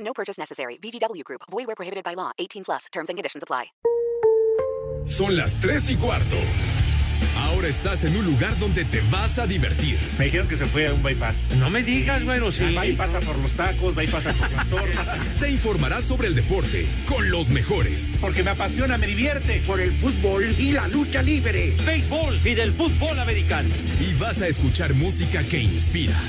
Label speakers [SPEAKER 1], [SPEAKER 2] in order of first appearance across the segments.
[SPEAKER 1] No purchase necessary. VGW Group. Void where prohibited by law. 18 plus. Terms and conditions apply.
[SPEAKER 2] Son las 3 y cuarto. Ahora estás en un lugar donde te vas a divertir.
[SPEAKER 3] Me dijeron que se fue a un bypass. Ah,
[SPEAKER 4] No me digas, bueno, sí.
[SPEAKER 3] Va y pasa por los tacos, va y pasa por las torres.
[SPEAKER 2] Te informarás sobre el deporte con los mejores.
[SPEAKER 3] Porque me apasiona, me divierte.
[SPEAKER 5] Por el fútbol y la lucha libre.
[SPEAKER 4] Béisbol y del fútbol americano.
[SPEAKER 2] Y vas a escuchar música que inspira.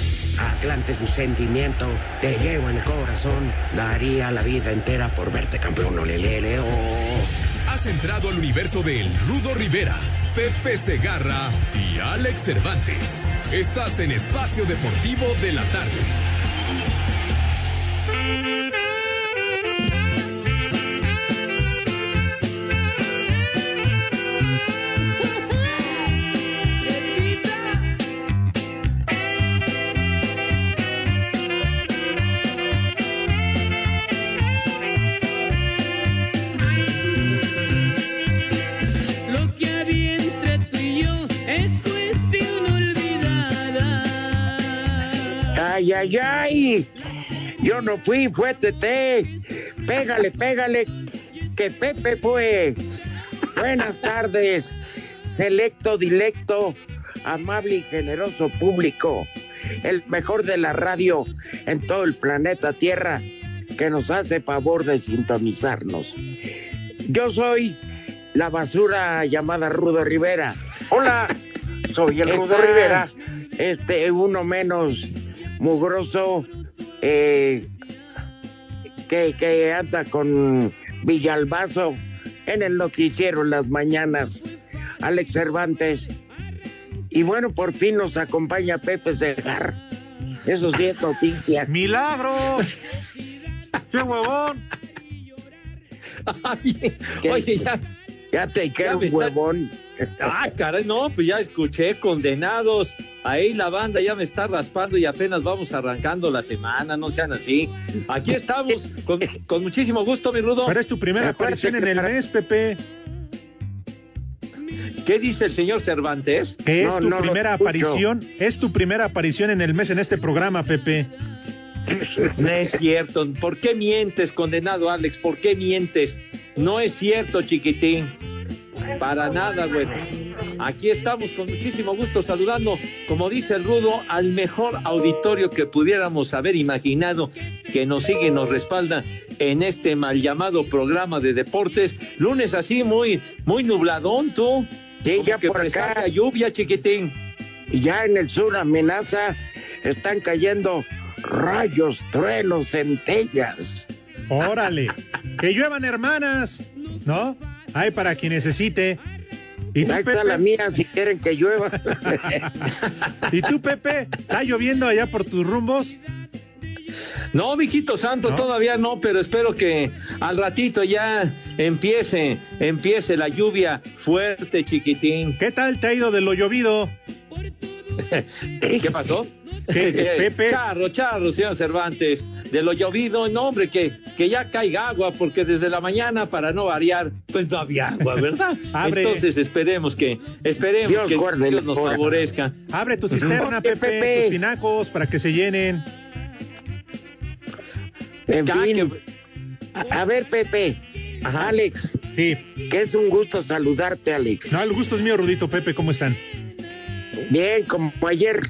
[SPEAKER 5] Atlante es mi sentimiento, te llevo en el corazón. Daría la vida entera por verte campeón, olelele, oh.
[SPEAKER 2] Has entrado al universo del Rudo Rivera, Pepe Segarra y Alex Cervantes. Estás en Espacio Deportivo de la Tarde.
[SPEAKER 6] Lo que había entre tú y yo es cuestión olvidada.
[SPEAKER 5] ¡Ay, ay, ay! Yo no fui, fue Tete. Pégale, pégale, que Pepe fue. Buenas tardes, selecto, dilecto, amable y generoso público. El mejor de la radio en todo el planeta Tierra que nos hace favor de sintonizarnos. Yo soy la basura llamada Rudo Rivera. Hola, soy el Rudo Rivera. Este, uno menos mugroso eh, que, que anda con Villalbazo en el noticiero en las mañanas, Alex Cervantes. Y bueno, por fin nos acompaña Pepe Segar. Eso sí es noticia.
[SPEAKER 3] ¡Milagro! ¡Qué huevón!
[SPEAKER 4] Oye,
[SPEAKER 5] ¿Qué?
[SPEAKER 4] oye, ya.
[SPEAKER 5] Ya te queda
[SPEAKER 4] Ya me
[SPEAKER 5] un
[SPEAKER 4] está-
[SPEAKER 5] huevón.
[SPEAKER 4] Ah, caray, no, pues ya escuché, condenados. Ahí la banda ya me está raspando y apenas vamos arrancando la semana, no sean así. Aquí estamos, con, con muchísimo gusto, mi rudo.
[SPEAKER 3] Pero es tu primera
[SPEAKER 5] Acuérdate
[SPEAKER 3] aparición en
[SPEAKER 5] que
[SPEAKER 3] el
[SPEAKER 5] para-
[SPEAKER 3] mes, Pepe.
[SPEAKER 4] ¿Qué dice el señor Cervantes?
[SPEAKER 3] Que es
[SPEAKER 5] No,
[SPEAKER 3] tu
[SPEAKER 5] no lo
[SPEAKER 3] primera
[SPEAKER 5] escucho.
[SPEAKER 3] aparición. Es tu primera aparición en el mes en este programa, Pepe.
[SPEAKER 4] No es cierto. ¿Por qué mientes, condenado Alex? ¿Por qué mientes? No es cierto, chiquitín. Para nada, güey. Aquí estamos con muchísimo gusto saludando, como dice el Rudo, al mejor auditorio que pudiéramos haber imaginado, que nos sigue y nos respalda en este mal llamado programa de deportes. Lunes así, muy, muy nubladón, tú.
[SPEAKER 5] Sí,
[SPEAKER 4] Como
[SPEAKER 5] ya
[SPEAKER 4] que
[SPEAKER 5] por acá.
[SPEAKER 4] presagia lluvia, chiquitín.
[SPEAKER 5] Y ya en el sur amenaza, están cayendo rayos, truenos, centellas.
[SPEAKER 3] Órale. que lluevan hermanas, ¿no? Hay para quien necesite. ¿Y tú,
[SPEAKER 5] Ahí está
[SPEAKER 3] Pepe?
[SPEAKER 5] la mía si quieren que llueva.
[SPEAKER 3] ¿Y tú, Pepe? ¿Está lloviendo allá por tus rumbos?
[SPEAKER 4] No, mijito santo,
[SPEAKER 3] ¿No?
[SPEAKER 4] todavía no, pero espero que al ratito ya empiece, empiece la lluvia fuerte, chiquitín.
[SPEAKER 3] ¿Qué tal te ha ido de lo llovido?
[SPEAKER 4] ¿Qué pasó? Eh,
[SPEAKER 3] ¿Qué, Eh, Pepe?
[SPEAKER 4] Charro, charro, señor Cervantes, de lo llovido, no, hombre, que, que ya caiga agua, porque desde la mañana, para no variar, pues no había agua, ¿verdad?
[SPEAKER 3] Abre.
[SPEAKER 4] Entonces esperemos que, esperemos
[SPEAKER 5] Dios
[SPEAKER 4] que
[SPEAKER 5] guarde
[SPEAKER 4] Dios
[SPEAKER 5] la
[SPEAKER 4] nos
[SPEAKER 5] hora.
[SPEAKER 4] favorezca.
[SPEAKER 3] Abre tu cisterna,
[SPEAKER 5] Oye,
[SPEAKER 3] Pepe,
[SPEAKER 5] Pepe.
[SPEAKER 3] tus tinacos para que se llenen.
[SPEAKER 5] En
[SPEAKER 4] Ya
[SPEAKER 5] fin,
[SPEAKER 4] que-
[SPEAKER 5] a a ver, Pepe.
[SPEAKER 4] Ajá.
[SPEAKER 5] Alex,
[SPEAKER 3] Sí.
[SPEAKER 5] que es un gusto saludarte, Alex.
[SPEAKER 3] No, el gusto es mío, Rudito, Pepe, ¿cómo están?
[SPEAKER 5] Bien, como ayer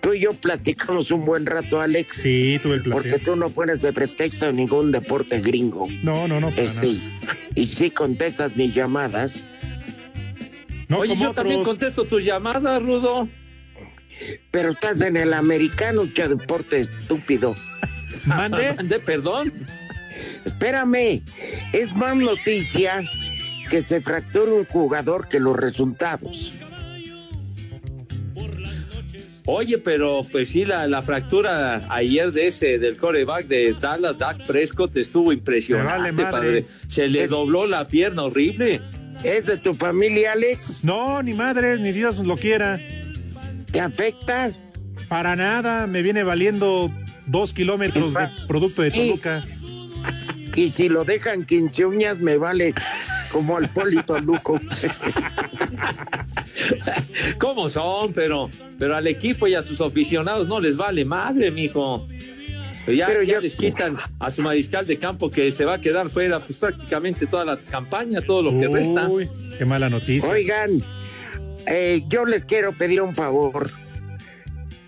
[SPEAKER 5] tú y yo platicamos un buen rato, Alex,
[SPEAKER 3] Sí, tuve el
[SPEAKER 5] porque
[SPEAKER 3] placer.
[SPEAKER 5] tú no pones de pretexto ningún deporte gringo.
[SPEAKER 3] No, no, no, para
[SPEAKER 5] Este,
[SPEAKER 3] nada.
[SPEAKER 5] y, si contestas mis llamadas,
[SPEAKER 3] No,
[SPEAKER 4] Oye,
[SPEAKER 3] como
[SPEAKER 4] yo también
[SPEAKER 3] otros.
[SPEAKER 4] contesto tu llamada, Rudo.
[SPEAKER 5] pero estás en el americano, qué deporte estúpido.
[SPEAKER 3] Mande.
[SPEAKER 4] Ande, perdón.
[SPEAKER 5] Espérame, es más noticia que se fractura un jugador que los resultados.
[SPEAKER 4] Oye, pero pues sí, la, la fractura ayer de ese, del coreback de Dallas, Dak Prescott, estuvo impresionante,
[SPEAKER 3] Me vale madre.
[SPEAKER 4] padre. Se le
[SPEAKER 5] Es-
[SPEAKER 4] dobló la pierna horrible.
[SPEAKER 5] ¿Es de tu familia, Alex?
[SPEAKER 3] No, ni madres, ni Dios lo quiera.
[SPEAKER 5] ¿Te afecta?
[SPEAKER 3] Para nada, me viene valiendo dos kilómetros de producto de
[SPEAKER 5] Sí.
[SPEAKER 3] Toluca.
[SPEAKER 5] Y si lo dejan quince uñas, me vale como al Polito Luco.
[SPEAKER 4] ¿Cómo son? Pero, pero al equipo y a sus aficionados no les vale madre, mijo. Ya,
[SPEAKER 5] Pero
[SPEAKER 4] ya
[SPEAKER 5] yo-
[SPEAKER 4] les quitan a su mariscal de campo que se va a quedar fuera pues prácticamente toda la campaña, todo lo que resta.
[SPEAKER 3] Uy, qué mala noticia.
[SPEAKER 5] Oigan, eh, yo les quiero pedir un favor.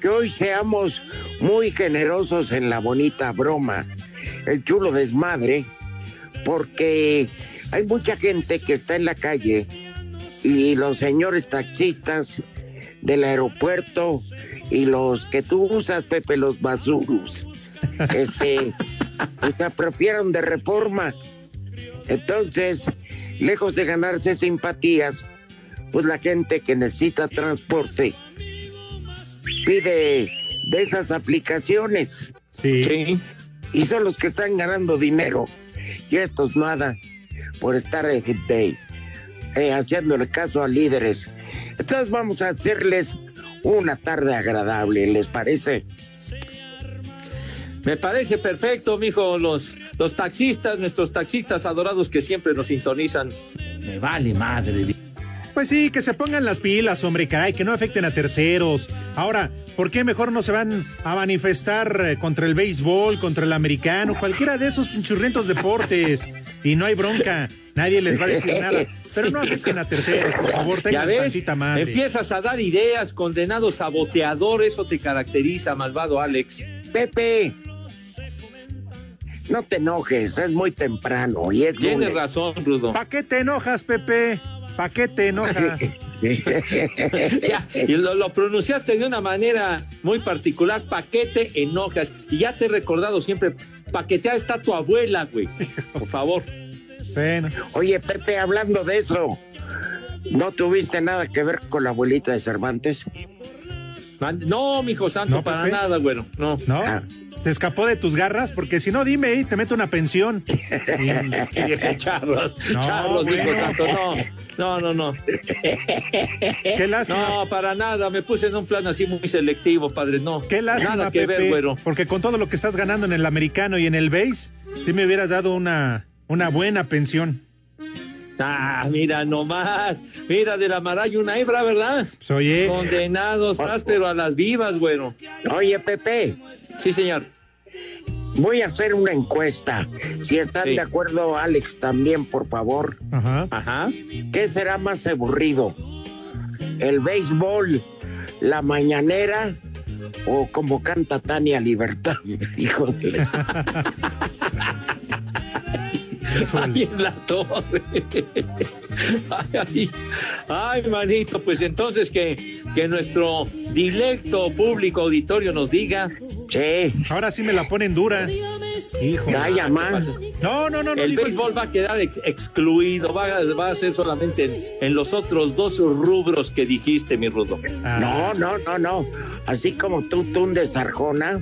[SPEAKER 5] Que hoy seamos muy generosos en la bonita broma, el chulo desmadre, porque hay mucha gente que está en la calle y los señores taxistas del aeropuerto y los que tú usas, Pepe, los basurus, este, se apropiaron de reforma. Entonces, lejos de ganarse simpatías, pues la gente que necesita transporte pide de esas aplicaciones
[SPEAKER 3] Sí.
[SPEAKER 4] Sí.
[SPEAKER 5] y son los que están ganando dinero. Y estos nada por estar eh, de- eh, haciéndole caso a líderes. Entonces vamos a hacerles una tarde agradable, ¿les parece?
[SPEAKER 4] Me parece perfecto, mijo. Los, los taxistas, nuestros taxistas adorados que siempre nos sintonizan.
[SPEAKER 7] Me vale madre.
[SPEAKER 3] Pues sí, que se pongan las pilas, hombre, caray, que no afecten a terceros. Ahora, ¿por qué mejor no se van a manifestar eh, contra el béisbol, contra el americano, cualquiera de esos pinchurrientos deportes? Y no hay bronca, nadie les va a decir nada. Pero no afecten a terceros, por favor,
[SPEAKER 4] Ya
[SPEAKER 3] tengan
[SPEAKER 4] ves,
[SPEAKER 3] tantita madre.
[SPEAKER 4] empiezas a dar ideas, condenado saboteador, eso te caracteriza, malvado Alex.
[SPEAKER 5] Pepe, no te enojes, es muy temprano y es
[SPEAKER 4] Tienes
[SPEAKER 5] lunes.
[SPEAKER 4] razón, Rudo.
[SPEAKER 3] ¿Pa' qué te enojas, Pepe? ¿Pa' qué te enojas?
[SPEAKER 4] Ya, y lo, lo pronunciaste de una manera muy particular, paquete enojas. Y ya te he recordado siempre, paquetear está tu abuela, güey. Por favor.
[SPEAKER 3] Bueno,
[SPEAKER 5] Oye, Pepe, hablando de eso, ¿no tuviste nada que ver con la abuelita de Cervantes?
[SPEAKER 4] Man- No, mijo santo,
[SPEAKER 3] No, pues
[SPEAKER 4] para
[SPEAKER 3] Pepe.
[SPEAKER 4] nada, bueno, no.
[SPEAKER 3] ¿no?
[SPEAKER 5] Ah.
[SPEAKER 3] ¿Se escapó de tus garras? Porque si no, dime y te meto una pensión.
[SPEAKER 4] Charlos,
[SPEAKER 3] No,
[SPEAKER 4] charlos,
[SPEAKER 3] bueno.
[SPEAKER 4] mijo santo, no. No, no, no.
[SPEAKER 3] Qué lástima.
[SPEAKER 4] No, para nada. Me puse en un plan así muy selectivo, padre. No.
[SPEAKER 3] Qué lástima,
[SPEAKER 4] Nada que
[SPEAKER 3] Pepe,
[SPEAKER 4] ver, güero.
[SPEAKER 3] porque con todo lo que estás ganando en el americano y en el base, sí me hubieras dado una, una buena pensión.
[SPEAKER 4] Ah, mira nomás. Mira, de la maraya una hebra, ¿verdad?
[SPEAKER 3] Pues, oye,
[SPEAKER 4] Condenados, estás, pero a las vivas, güero.
[SPEAKER 5] Oye, Pepe,
[SPEAKER 4] Sí, señor.
[SPEAKER 5] voy a hacer una encuesta. Si están
[SPEAKER 4] Sí.
[SPEAKER 5] de acuerdo, Alex, también, por favor.
[SPEAKER 3] ajá.
[SPEAKER 4] Ajá.
[SPEAKER 5] ¿Qué será más aburrido? ¿El béisbol, la mañanera o como canta Tania Libertad? Hijo de...
[SPEAKER 4] Ay, en la torre. Ay, ay, manito, pues entonces que, que nuestro directo público auditorio nos diga.
[SPEAKER 5] Che,
[SPEAKER 3] Ahora sí me la ponen dura. Hijo.
[SPEAKER 5] calla más.
[SPEAKER 4] pasa?
[SPEAKER 3] No, no, no, no.
[SPEAKER 4] El
[SPEAKER 3] digo-
[SPEAKER 4] béisbol va a quedar ex- excluido, va, a- va a ser solamente en, en los otros dos rubros que dijiste, mi Rudo.
[SPEAKER 3] Ah,
[SPEAKER 5] No, no, no, no. Así como tú tundes Arjona,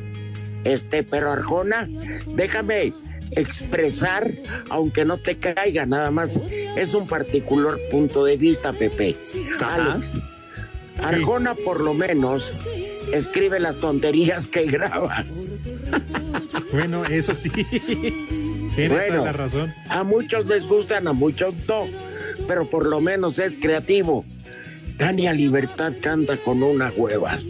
[SPEAKER 5] este, pero Arjona, déjame expresar, aunque no te caiga, nada más. Es un particular punto de vista, Pepe. Alex, Arjona por lo menos escribe las tonterías que graba.
[SPEAKER 3] Bueno, eso sí. Tienes toda
[SPEAKER 5] Bueno,
[SPEAKER 3] la razón.
[SPEAKER 5] a muchos les gustan, a muchos no, pero por lo menos es creativo. Tania Libertad canta con una hueva.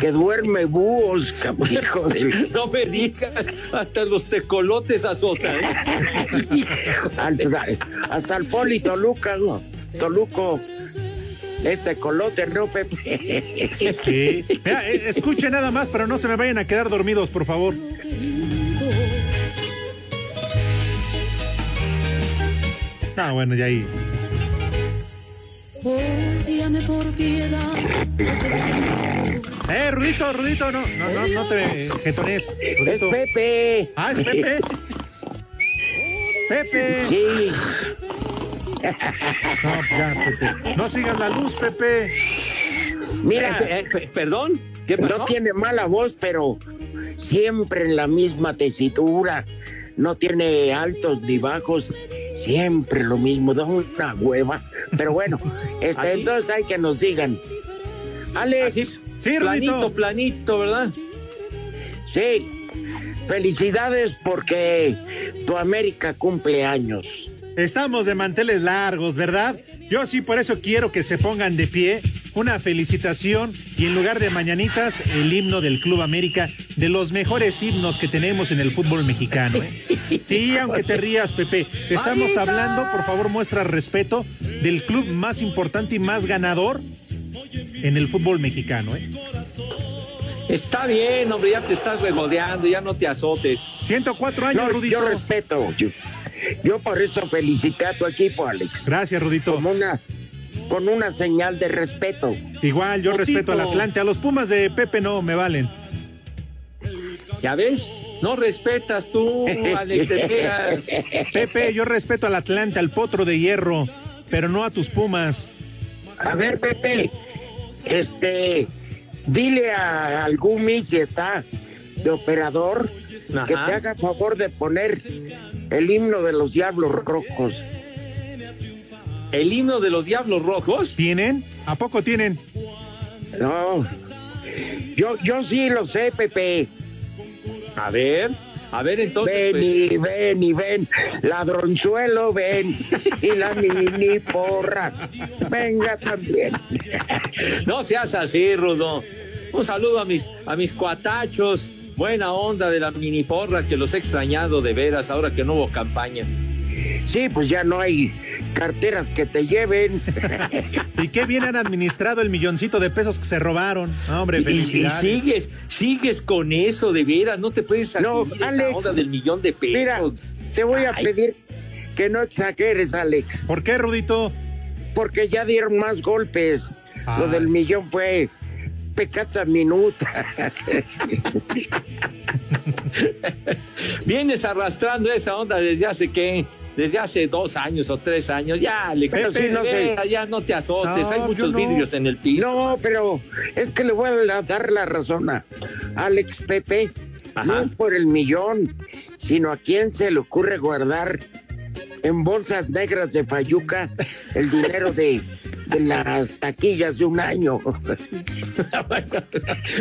[SPEAKER 5] que duerme búhos, cabrón, hijo del...
[SPEAKER 4] No me digas, hasta los tecolotes azotan.
[SPEAKER 5] Hasta, hasta el poli Toluca, ¿no? Toluco. Este colote, no, Pepe.
[SPEAKER 3] Sí. Mira, eh, escuchen nada más, pero no se me vayan a quedar dormidos, por favor. Ah, bueno, ya ahí.
[SPEAKER 8] Ódiame por piedad.
[SPEAKER 3] Eh, Rudito, Rudito, no, no, no, no te jetones.
[SPEAKER 5] Es Pepe.
[SPEAKER 3] Ah, es Pepe. Pepe.
[SPEAKER 5] Sí.
[SPEAKER 3] No, ya, Pepe. No sigas la luz, Pepe.
[SPEAKER 5] Mira,
[SPEAKER 4] Eh, eh, pe- ¿Perdón? ¿Qué pasó?
[SPEAKER 5] no tiene mala voz, pero siempre en la misma tesitura. No tiene altos ni bajos, siempre lo mismo, da una hueva. Pero bueno, este,
[SPEAKER 4] Así.
[SPEAKER 5] entonces hay que nos digan. Alex,
[SPEAKER 4] Así,
[SPEAKER 3] Sí,
[SPEAKER 4] Ah, planito,
[SPEAKER 3] Rudito.
[SPEAKER 4] planito, ¿verdad?
[SPEAKER 5] sí, felicidades porque tu América cumple años.
[SPEAKER 3] Estamos de manteles largos, ¿verdad? Yo sí por eso quiero que se pongan de pie una felicitación y en lugar de mañanitas el himno del Club América, de los mejores himnos que tenemos en el fútbol mexicano. ¿eh? Sí, aunque te rías, Pepe, estamos hablando, por favor muestra respeto, del club más importante y más ganador en el fútbol mexicano. ¿eh?
[SPEAKER 4] Está bien, hombre, ya te estás regodeando, ya no te azotes.
[SPEAKER 3] 104 años,
[SPEAKER 5] No,
[SPEAKER 3] Rudito.
[SPEAKER 5] yo respeto. Yo, yo por eso felicité a tu equipo, Alex.
[SPEAKER 3] Gracias, Rudito.
[SPEAKER 5] Como una, con una señal de respeto.
[SPEAKER 3] Igual yo
[SPEAKER 4] Rudito.
[SPEAKER 3] respeto al Atlante, a los Pumas de Pepe no me valen.
[SPEAKER 4] ¿Ya ves? No respetas tú, Alex, de veras.
[SPEAKER 3] Pepe, yo respeto al Atlante, al potro de hierro, pero no a tus pumas.
[SPEAKER 5] A ver, Pepe, este, dile a, al Gumi que está de operador
[SPEAKER 4] Ajá.
[SPEAKER 5] que te haga favor de poner el himno de los Diablos Rojos.
[SPEAKER 4] El himno de los Diablos Rojos.
[SPEAKER 3] ¿Tienen? ¿A poco tienen?
[SPEAKER 5] No, yo, yo sí lo sé, Pepe.
[SPEAKER 4] A ver, a ver, entonces.
[SPEAKER 5] Ven
[SPEAKER 4] pues,
[SPEAKER 5] y ven y ven, ladronzuelo, ven y la mini porra. Venga también.
[SPEAKER 4] no seas así, Rudo. Un saludo a mis, a mis cuatachos. Buena onda de la mini porra que los he extrañado de veras ahora que no hubo campaña.
[SPEAKER 5] Sí, pues ya no hay carteras que te lleven.
[SPEAKER 3] ¿Y qué bien han administrado el milloncito de pesos que se robaron? No, hombre,
[SPEAKER 4] Y- Y,
[SPEAKER 3] felicidades.
[SPEAKER 4] sigues, sigues con eso, de veras, no te puedes salir
[SPEAKER 5] No,
[SPEAKER 4] de esa
[SPEAKER 5] Alex,
[SPEAKER 4] onda del millón de pesos.
[SPEAKER 5] Mira, te voy a
[SPEAKER 4] Ay.
[SPEAKER 5] pedir que no exageres, Alex,
[SPEAKER 3] ¿Por qué, Rudito?
[SPEAKER 5] porque ya dieron más golpes. Lo
[SPEAKER 3] Ay.
[SPEAKER 5] del millón fue pecata minuta.
[SPEAKER 4] Vienes arrastrando esa onda desde hace qué, desde hace dos años o tres años. Ya, Alex,
[SPEAKER 5] Pero sí,
[SPEAKER 4] de
[SPEAKER 5] no sé.
[SPEAKER 4] veras, ya no te azotes,
[SPEAKER 3] No,
[SPEAKER 4] hay
[SPEAKER 3] yo
[SPEAKER 4] muchos
[SPEAKER 3] no.
[SPEAKER 4] vidrios en el piso.
[SPEAKER 5] No, pero es que le voy a dar la razón a Alex Pepe. No
[SPEAKER 4] Ajá.
[SPEAKER 5] es por el millón, sino a quién se le ocurre guardar en bolsas negras de Fayuca el dinero de, de las taquillas de un año.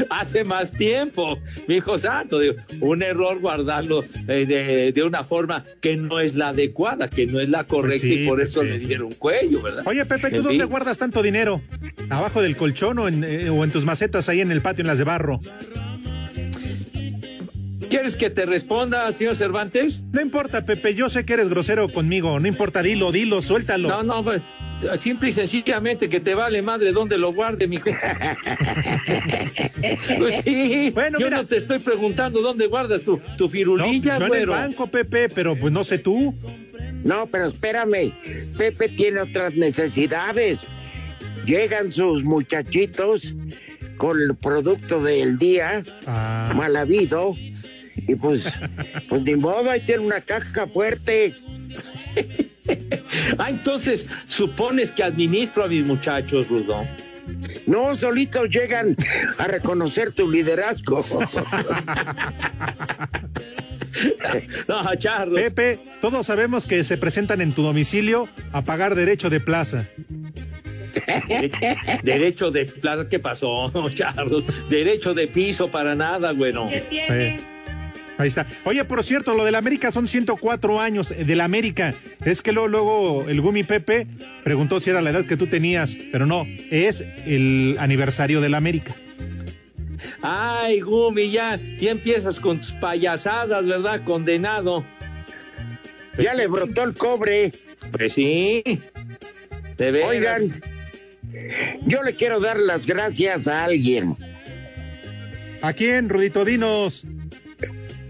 [SPEAKER 4] hace más tiempo, mi hijo santo, digo, un error guardarlo eh, de, de una forma que no es la adecuada, que no es la correcta
[SPEAKER 3] Pues sí,
[SPEAKER 4] y por eso
[SPEAKER 3] Pepe.
[SPEAKER 4] le dieron cuello, ¿verdad?
[SPEAKER 3] Oye, Pepe, ¿tú
[SPEAKER 4] En
[SPEAKER 3] dónde
[SPEAKER 4] fin.
[SPEAKER 3] guardas tanto dinero? ¿Abajo del colchón o en, eh, o en tus macetas ahí en el patio, en las de barro?
[SPEAKER 4] ¿Quieres que te responda, señor Cervantes?
[SPEAKER 3] No importa, Pepe, yo sé que eres grosero conmigo. No importa, dilo, dilo, suéltalo.
[SPEAKER 4] No, no, pues, simple y sencillamente que te vale madre dónde lo guarde, mijo. pues sí,
[SPEAKER 3] Bueno,
[SPEAKER 4] yo
[SPEAKER 3] mira.
[SPEAKER 4] no te estoy preguntando dónde guardas tu, tu
[SPEAKER 3] No,
[SPEAKER 4] firulilla,
[SPEAKER 3] no en el
[SPEAKER 4] güero.
[SPEAKER 3] banco, Pepe, pero pues no sé tú.
[SPEAKER 5] No, pero espérame, Pepe tiene otras necesidades. Llegan sus muchachitos con el producto del día,
[SPEAKER 3] Ah.
[SPEAKER 5] mal habido, y pues, pues ni modo, ahí tiene una caja fuerte.
[SPEAKER 4] Ah, entonces, supones que administro a mis muchachos, Rudo.
[SPEAKER 5] No, solitos llegan a reconocer tu liderazgo.
[SPEAKER 4] No, charros.
[SPEAKER 3] Pepe, todos sabemos que se presentan en tu domicilio a pagar derecho de plaza.
[SPEAKER 4] Derecho de plaza, ¿qué pasó, charros? Derecho de piso para nada, güero.
[SPEAKER 3] Eh, Ahí está. Oye, por cierto, lo del América son 104 años eh, del América. Es que luego, luego el Gumi Pepe preguntó si era la edad que tú tenías, pero no, es el aniversario del América.
[SPEAKER 4] Ay, Gumi, ya, ya empiezas con tus payasadas, ¿verdad? Condenado.
[SPEAKER 5] ya le brotó el cobre.
[SPEAKER 4] Pues sí. De veras.
[SPEAKER 5] Oigan, yo le quiero dar las gracias a alguien,
[SPEAKER 3] ¿A quién, Rudito Dinos?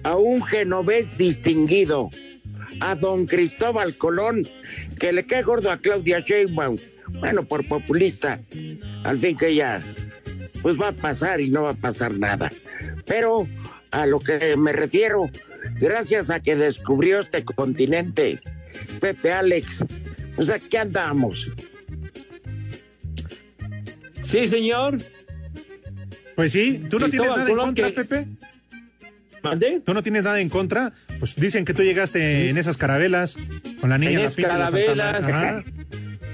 [SPEAKER 5] a un genovés distinguido, a don Cristóbal Colón, que le cae gordo a Claudia Sheinbaum. Bueno, por populista, al fin que ya, pues va a pasar y no va a pasar nada. Pero a lo que me refiero, gracias a que descubrió este continente, Pepe Alex, pues aquí andamos.
[SPEAKER 8] Sí, señor.
[SPEAKER 3] Ah. Pues sí, ¿tú no tienes
[SPEAKER 8] Cristóbal
[SPEAKER 3] nada en
[SPEAKER 8] Colón,
[SPEAKER 3] contra,
[SPEAKER 8] que-
[SPEAKER 3] Pepe?
[SPEAKER 8] ¿Mandé?
[SPEAKER 3] ¿Tú no tienes nada en contra? Pues dicen que tú llegaste en esas carabelas con la niña.
[SPEAKER 8] En
[SPEAKER 3] la
[SPEAKER 8] esas
[SPEAKER 3] pinta y la Santa
[SPEAKER 8] carabelas.
[SPEAKER 3] María.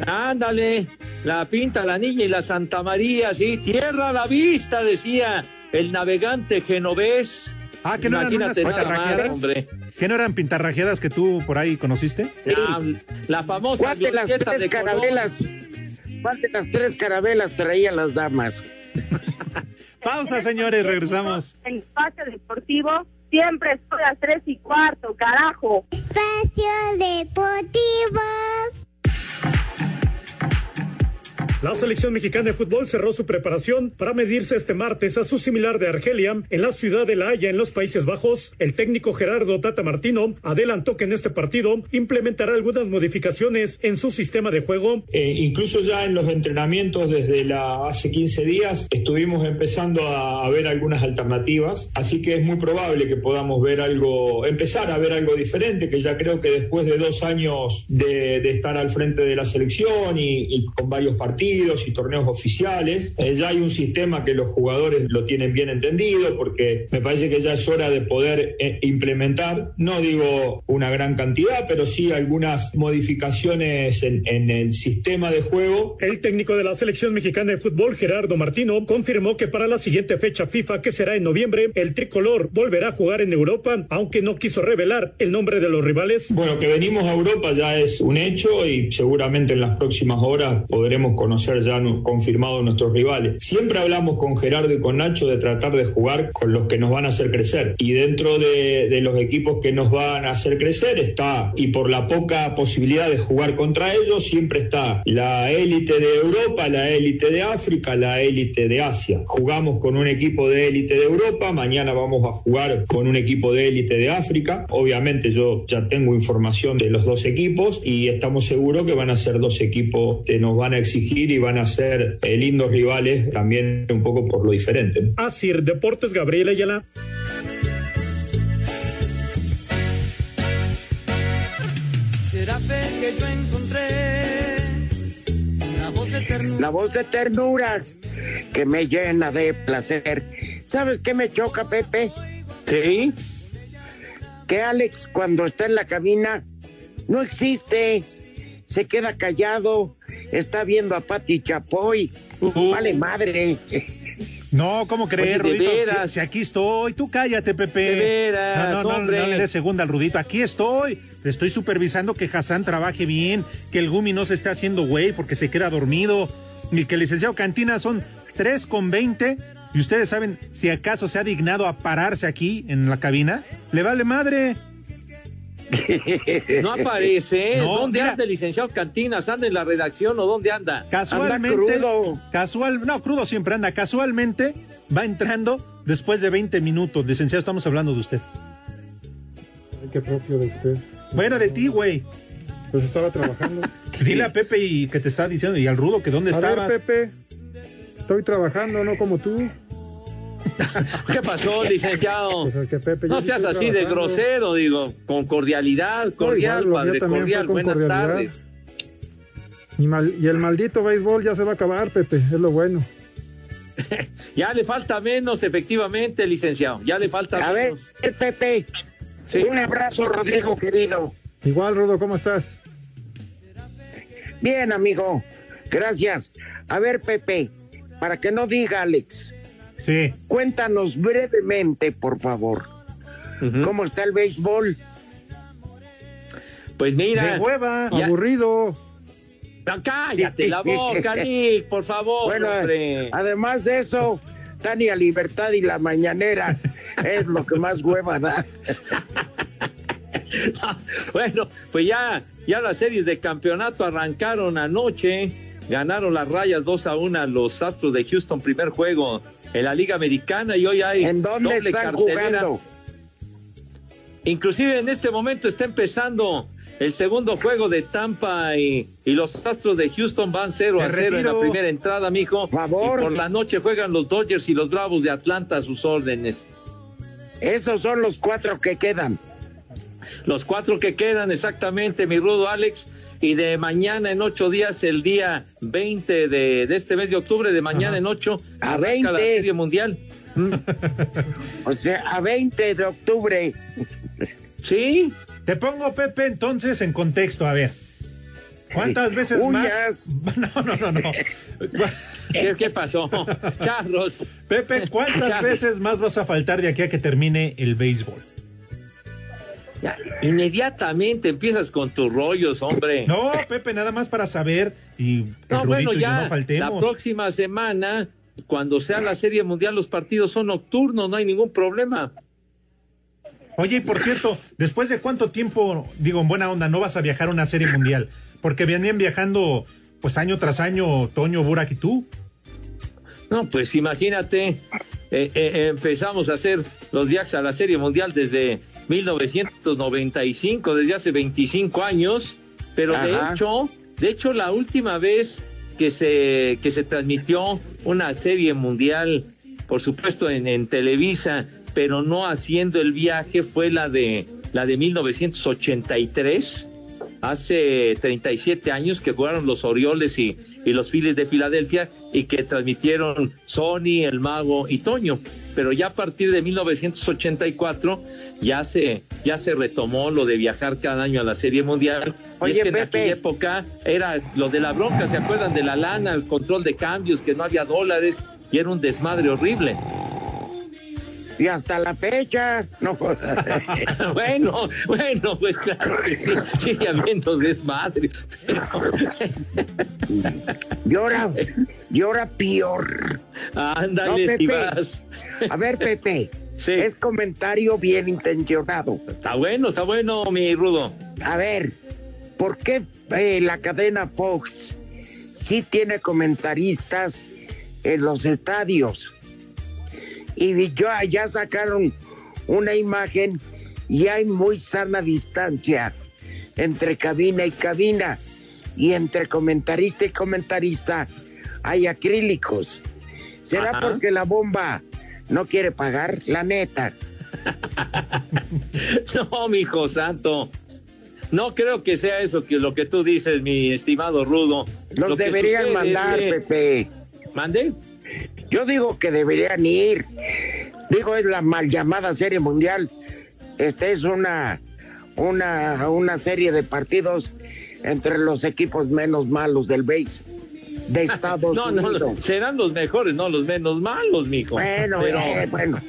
[SPEAKER 3] Ajá.
[SPEAKER 8] Ándale, la pinta, la niña y la Santa María, sí, tierra a la vista, decía el navegante genovés.
[SPEAKER 3] Ah, que no eran unas
[SPEAKER 8] Imagínate nada más,
[SPEAKER 3] pintarrajeadas.
[SPEAKER 8] hombre.
[SPEAKER 3] ¿Que no eran pintarrajeadas que tú por ahí conociste?
[SPEAKER 9] Ah,
[SPEAKER 8] La, Ah, la famosa
[SPEAKER 5] ¿Cuál de las
[SPEAKER 8] glorieta
[SPEAKER 5] tres
[SPEAKER 8] de Colón.
[SPEAKER 5] carabelas? ¿Cuál de las tres carabelas traían las damas?
[SPEAKER 3] Pausa, señores, regresamos.
[SPEAKER 9] En espacio deportivo siempre son las tres y cuarto, carajo.
[SPEAKER 10] Espacio Deportivo.
[SPEAKER 4] La selección mexicana de fútbol cerró su preparación para medirse este martes a su similar de Argelia en la ciudad de La Haya, en los Países Bajos. El técnico Gerardo Tata Martino adelantó que en este partido implementará algunas modificaciones en su sistema de juego. Eh, incluso ya en los entrenamientos desde la, hace 15 días estuvimos empezando a, a ver algunas alternativas, así que es muy probable que podamos ver algo, empezar a ver algo diferente, que ya creo que después de dos años de, de estar al frente de la selección y, y con varios partidos y torneos oficiales, eh, ya hay un sistema que los jugadores lo tienen bien entendido, porque me parece que ya es hora de poder eh, implementar, no digo una gran cantidad, pero sí algunas modificaciones en, en el sistema de juego. El técnico de la selección mexicana de fútbol, Gerardo Martino, confirmó que para la siguiente fecha FIFA, que será en noviembre, el tricolor volverá a jugar en Europa, aunque no quiso revelar el nombre de los rivales. Bueno, que venimos a Europa ya es un hecho y seguramente en las próximas horas podremos conocer ya no- confirmados nuestros rivales. Siempre hablamos con Gerardo y con Nacho de tratar de jugar con los que nos van a hacer crecer. Y dentro de, de los equipos que nos van a hacer crecer está, y por la poca posibilidad de jugar contra ellos, siempre está la élite de Europa, la élite de África, la élite de Asia. Jugamos con un equipo de élite de Europa, mañana vamos a jugar con un equipo de élite de África. Obviamente yo ya tengo información de los dos equipos y estamos seguros que van a ser dos equipos que nos van a exigir y van a ser eh, lindos rivales también un poco por lo diferente. Así, Deportes Gabriela Ayala.
[SPEAKER 6] Será fe que yo encontré una voz eterna.
[SPEAKER 5] La voz de ternura que me llena de placer. ¿Sabes qué me choca, Pepe?
[SPEAKER 8] Sí,
[SPEAKER 5] Que Alex cuando está en la cabina no existe. Se queda callado. Está viendo a Pati Chapoy.
[SPEAKER 8] Ujú.
[SPEAKER 5] Vale madre.
[SPEAKER 3] No, ¿cómo creer,
[SPEAKER 8] Oye, de
[SPEAKER 3] Rudito? Si-
[SPEAKER 8] veras.
[SPEAKER 3] Si, aquí estoy, tú cállate, Pepe.
[SPEAKER 8] De veras,
[SPEAKER 3] no, no, no,
[SPEAKER 8] hombre.
[SPEAKER 3] no le des segunda al Rudito. Aquí estoy. Estoy supervisando que Hassan trabaje bien, que el Gumi no se esté haciendo güey porque se queda dormido. Y que el licenciado Cantina son 3 con 20. Y ustedes saben, si acaso se ha dignado a pararse aquí en la cabina, le vale madre.
[SPEAKER 8] no aparece. ¿eh?
[SPEAKER 3] No,
[SPEAKER 8] ¿Dónde
[SPEAKER 3] mira.
[SPEAKER 8] anda el licenciado Cantinas? ¿Anda en la redacción o dónde anda?
[SPEAKER 3] Casualmente.
[SPEAKER 5] Anda crudo.
[SPEAKER 3] Casual, no, crudo siempre anda. Casualmente va entrando después de 20 minutos. Licenciado, estamos hablando de usted.
[SPEAKER 4] Qué propio de usted.
[SPEAKER 3] Bueno, de ti, güey.
[SPEAKER 4] Pues estaba trabajando.
[SPEAKER 3] Dile a Pepe y que te está diciendo y al Rudo que dónde estabas.
[SPEAKER 4] Pepe, estoy trabajando, no como tú.
[SPEAKER 8] ¿Qué pasó, licenciado?
[SPEAKER 4] Pues que Pepe,
[SPEAKER 8] No seas así de grosero, digo, con cordialidad, cordial,
[SPEAKER 4] igual, lo
[SPEAKER 8] padre,
[SPEAKER 4] mío también fue
[SPEAKER 8] cordial,
[SPEAKER 4] con
[SPEAKER 8] buenas
[SPEAKER 4] cordialidad.
[SPEAKER 8] tardes.
[SPEAKER 4] Y, el maldito béisbol ya se va a acabar, Pepe, es lo bueno.
[SPEAKER 8] Ya le falta menos, efectivamente, licenciado, ya le falta
[SPEAKER 5] A ver,
[SPEAKER 8] menos.
[SPEAKER 5] Pepe.
[SPEAKER 8] Sí.
[SPEAKER 5] Un abrazo, Rodrigo, querido.
[SPEAKER 4] Igual, Rodo, ¿cómo estás?
[SPEAKER 5] Bien, amigo. Gracias. A ver, Pepe, para que no diga Alex,
[SPEAKER 3] Sí.
[SPEAKER 5] cuéntanos brevemente, por favor,
[SPEAKER 8] Ujú.
[SPEAKER 5] cómo está el béisbol.
[SPEAKER 8] Pues mira,
[SPEAKER 3] De hueva.
[SPEAKER 8] Ya-
[SPEAKER 4] Aburrido.
[SPEAKER 8] no, cállate la boca, Nick, por favor,
[SPEAKER 5] bueno,
[SPEAKER 8] hombre.
[SPEAKER 5] además de eso, Tania Libertad y la mañanera es lo que más hueva da.
[SPEAKER 8] Bueno, pues ya, ya las series de campeonato arrancaron anoche. Ganaron las rayas 2 a 1 los Astros de Houston, primer juego en la Liga Americana y hoy hay
[SPEAKER 5] ¿En dónde
[SPEAKER 8] doble
[SPEAKER 5] están
[SPEAKER 8] cartelera.
[SPEAKER 5] jugando?
[SPEAKER 8] Inclusive en este momento está empezando el segundo juego de Tampa y, y los Astros de Houston van 0 a
[SPEAKER 3] Me
[SPEAKER 8] 0 en la
[SPEAKER 3] retiro.
[SPEAKER 8] primera entrada, mijo.
[SPEAKER 5] Favor.
[SPEAKER 8] Y por la noche juegan los Dodgers y los Bravos de Atlanta a sus órdenes.
[SPEAKER 5] Esos son los cuatro que quedan.
[SPEAKER 8] Los cuatro que quedan exactamente, mi rudo Alex. Y de mañana en ocho días, el día 20 de, de este mes de octubre, de mañana en ocho,
[SPEAKER 5] A
[SPEAKER 8] arranca la
[SPEAKER 5] 20.
[SPEAKER 8] Serie Mundial.
[SPEAKER 5] O sea, a 20 de octubre.
[SPEAKER 8] Sí.
[SPEAKER 3] Te pongo, Pepe, entonces en contexto, a ver. ¿Cuántas veces
[SPEAKER 5] Uñas.
[SPEAKER 3] más? No, no, no, no.
[SPEAKER 8] ¿Qué, qué pasó? Charros.
[SPEAKER 3] Pepe, ¿cuántas
[SPEAKER 8] Charros.
[SPEAKER 3] veces más vas a faltar de aquí a que termine el béisbol?
[SPEAKER 8] Ya, inmediatamente empiezas con tus rollos, hombre.
[SPEAKER 3] No, Pepe, nada más para saber y
[SPEAKER 8] No,
[SPEAKER 3] el
[SPEAKER 8] bueno,
[SPEAKER 3] Rudito y yo
[SPEAKER 8] ya
[SPEAKER 3] no
[SPEAKER 8] la
[SPEAKER 3] faltemos.
[SPEAKER 8] próxima semana, cuando sea la Serie Mundial, los partidos son nocturnos, no hay ningún problema.
[SPEAKER 3] Oye, y por cierto, ¿después de cuánto tiempo, digo, en buena onda, no vas a viajar a una serie mundial? Porque venían viajando, pues año tras año, Toño, Burak y tú.
[SPEAKER 8] No, pues imagínate, eh, eh, empezamos a hacer los viajes a la Serie Mundial desde 1995, desde hace 25 años, pero de
[SPEAKER 5] Ajá.
[SPEAKER 8] hecho, de hecho la última vez que se que se transmitió una Serie Mundial, por supuesto en, en Televisa, pero no haciendo el viaje fue la de la de 1983. hace 37 años que jugaron los Orioles y, y los Phillies de Filadelfia y que transmitieron Sony, El Mago y Toño. Pero ya a partir de 1984 ya se, ya se retomó lo de viajar cada año a la Serie Mundial.
[SPEAKER 5] Oye,
[SPEAKER 8] y es que en
[SPEAKER 5] Pepe.
[SPEAKER 8] aquella época era lo de la bronca, ¿se acuerdan? De la lana, el control de cambios, que no había dólares y era un desmadre horrible.
[SPEAKER 5] Y hasta la fecha. No.
[SPEAKER 8] bueno, bueno, pues claro que sí, sigue habiendo desmadre. pero-
[SPEAKER 5] Y ahora, y ahora peor. No,
[SPEAKER 8] Ándale,
[SPEAKER 5] Pepe.
[SPEAKER 8] si vas.
[SPEAKER 5] A ver, Pepe.
[SPEAKER 8] Sí.
[SPEAKER 5] Es comentario bien intencionado.
[SPEAKER 8] Está bueno, está bueno, mi rudo.
[SPEAKER 5] A ver, ¿por qué eh, la cadena Fox sí tiene comentaristas en los estadios? Y yo allá sacaron una imagen y hay muy sana distancia entre cabina y cabina y entre comentarista y comentarista hay acrílicos. ¿Será
[SPEAKER 8] Ajá.
[SPEAKER 5] porque la bomba no quiere pagar? La neta.
[SPEAKER 8] No, mi hijo santo. No creo que sea eso que lo que tú dices, mi estimado rudo.
[SPEAKER 5] Los
[SPEAKER 8] Lo que
[SPEAKER 5] deberían
[SPEAKER 8] sucede es
[SPEAKER 5] mandar,
[SPEAKER 8] que-
[SPEAKER 5] Pepe.
[SPEAKER 8] ¿Mande?
[SPEAKER 5] Yo digo que deberían ir. Digo, es la mal llamada serie mundial. Esta es una, una, una serie de partidos entre los equipos menos malos del base de Estados
[SPEAKER 8] No, no,
[SPEAKER 5] Unidos.
[SPEAKER 8] lo- serán los mejores, no los menos malos, mijo.
[SPEAKER 5] Bueno,
[SPEAKER 8] pero,
[SPEAKER 5] eh, bueno.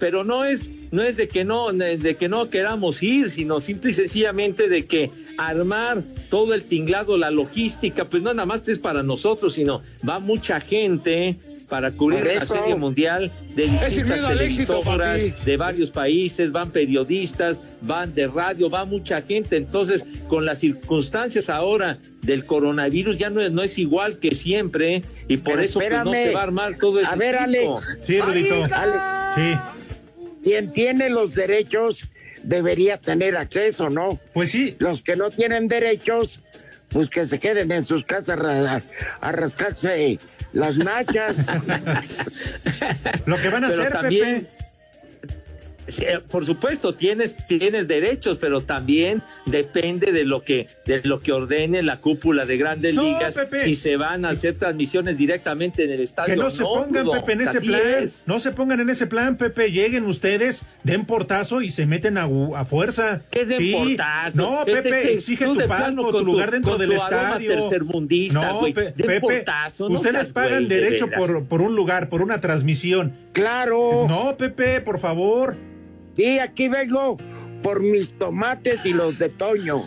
[SPEAKER 8] pero no es, no es de que no, de que no queramos ir, sino simple y sencillamente de que armar todo el tinglado, la logística, pues no nada más es para nosotros, sino va mucha gente para cubrir
[SPEAKER 5] Por
[SPEAKER 8] la
[SPEAKER 5] eso.
[SPEAKER 8] serie mundial de
[SPEAKER 11] sin
[SPEAKER 8] distintas
[SPEAKER 11] miedo al éxito,
[SPEAKER 8] televisoras,
[SPEAKER 11] papi.
[SPEAKER 8] de varios países, van periodistas, van de radio, va mucha gente. Entonces, con las circunstancias ahora del coronavirus, ya no es, no es igual que siempre, y por
[SPEAKER 5] Pero
[SPEAKER 8] eso pues, no
[SPEAKER 5] espérame.
[SPEAKER 8] se va a armar todo este eso.
[SPEAKER 5] A ver, Alex.
[SPEAKER 3] Sí, Rudito.
[SPEAKER 5] Alex,
[SPEAKER 3] Sí.
[SPEAKER 5] quien tiene los derechos debería tener acceso, ¿no?
[SPEAKER 3] Pues sí,
[SPEAKER 5] Los que no tienen derechos, pues que se queden en sus casas a, a rascarse las nachas.
[SPEAKER 3] lo que van a
[SPEAKER 8] Pero
[SPEAKER 3] hacer,
[SPEAKER 8] también-
[SPEAKER 3] Pepe.
[SPEAKER 8] Sí, eh, por supuesto tienes tienes derechos pero también depende de lo que de lo que ordene la cúpula de Grandes
[SPEAKER 3] No,
[SPEAKER 8] Ligas
[SPEAKER 3] Pepe.
[SPEAKER 8] si se van a hacer transmisiones directamente en el estadio
[SPEAKER 3] Que
[SPEAKER 8] o
[SPEAKER 3] no se pongan,
[SPEAKER 8] Rudo.
[SPEAKER 3] Pepe, en ese
[SPEAKER 8] Así
[SPEAKER 3] plan.
[SPEAKER 8] es.
[SPEAKER 3] No se pongan en ese plan, Pepe. Lleguen ustedes, den portazo y se meten a, gu- a fuerza.
[SPEAKER 8] ¿Qué de
[SPEAKER 3] Sí.
[SPEAKER 8] portazo?
[SPEAKER 3] No,
[SPEAKER 8] Este,
[SPEAKER 3] Pepe,
[SPEAKER 8] que
[SPEAKER 3] exige
[SPEAKER 8] tú
[SPEAKER 3] tu
[SPEAKER 8] de plano
[SPEAKER 3] palco,
[SPEAKER 8] con
[SPEAKER 3] tu lugar
[SPEAKER 8] tu-
[SPEAKER 3] dentro
[SPEAKER 8] con
[SPEAKER 3] del
[SPEAKER 8] tu aroma
[SPEAKER 3] estadio.
[SPEAKER 8] tercermundista, güey.
[SPEAKER 3] Pe-
[SPEAKER 8] De portazo, no
[SPEAKER 3] ustedes
[SPEAKER 8] seas
[SPEAKER 3] pagan
[SPEAKER 8] güey, de
[SPEAKER 3] derecho
[SPEAKER 8] veras.
[SPEAKER 3] por, por un lugar, por una transmisión.
[SPEAKER 5] Claro.
[SPEAKER 3] No, Pepe, por favor.
[SPEAKER 5] Sí, aquí vengo por mis tomates y los de Toño.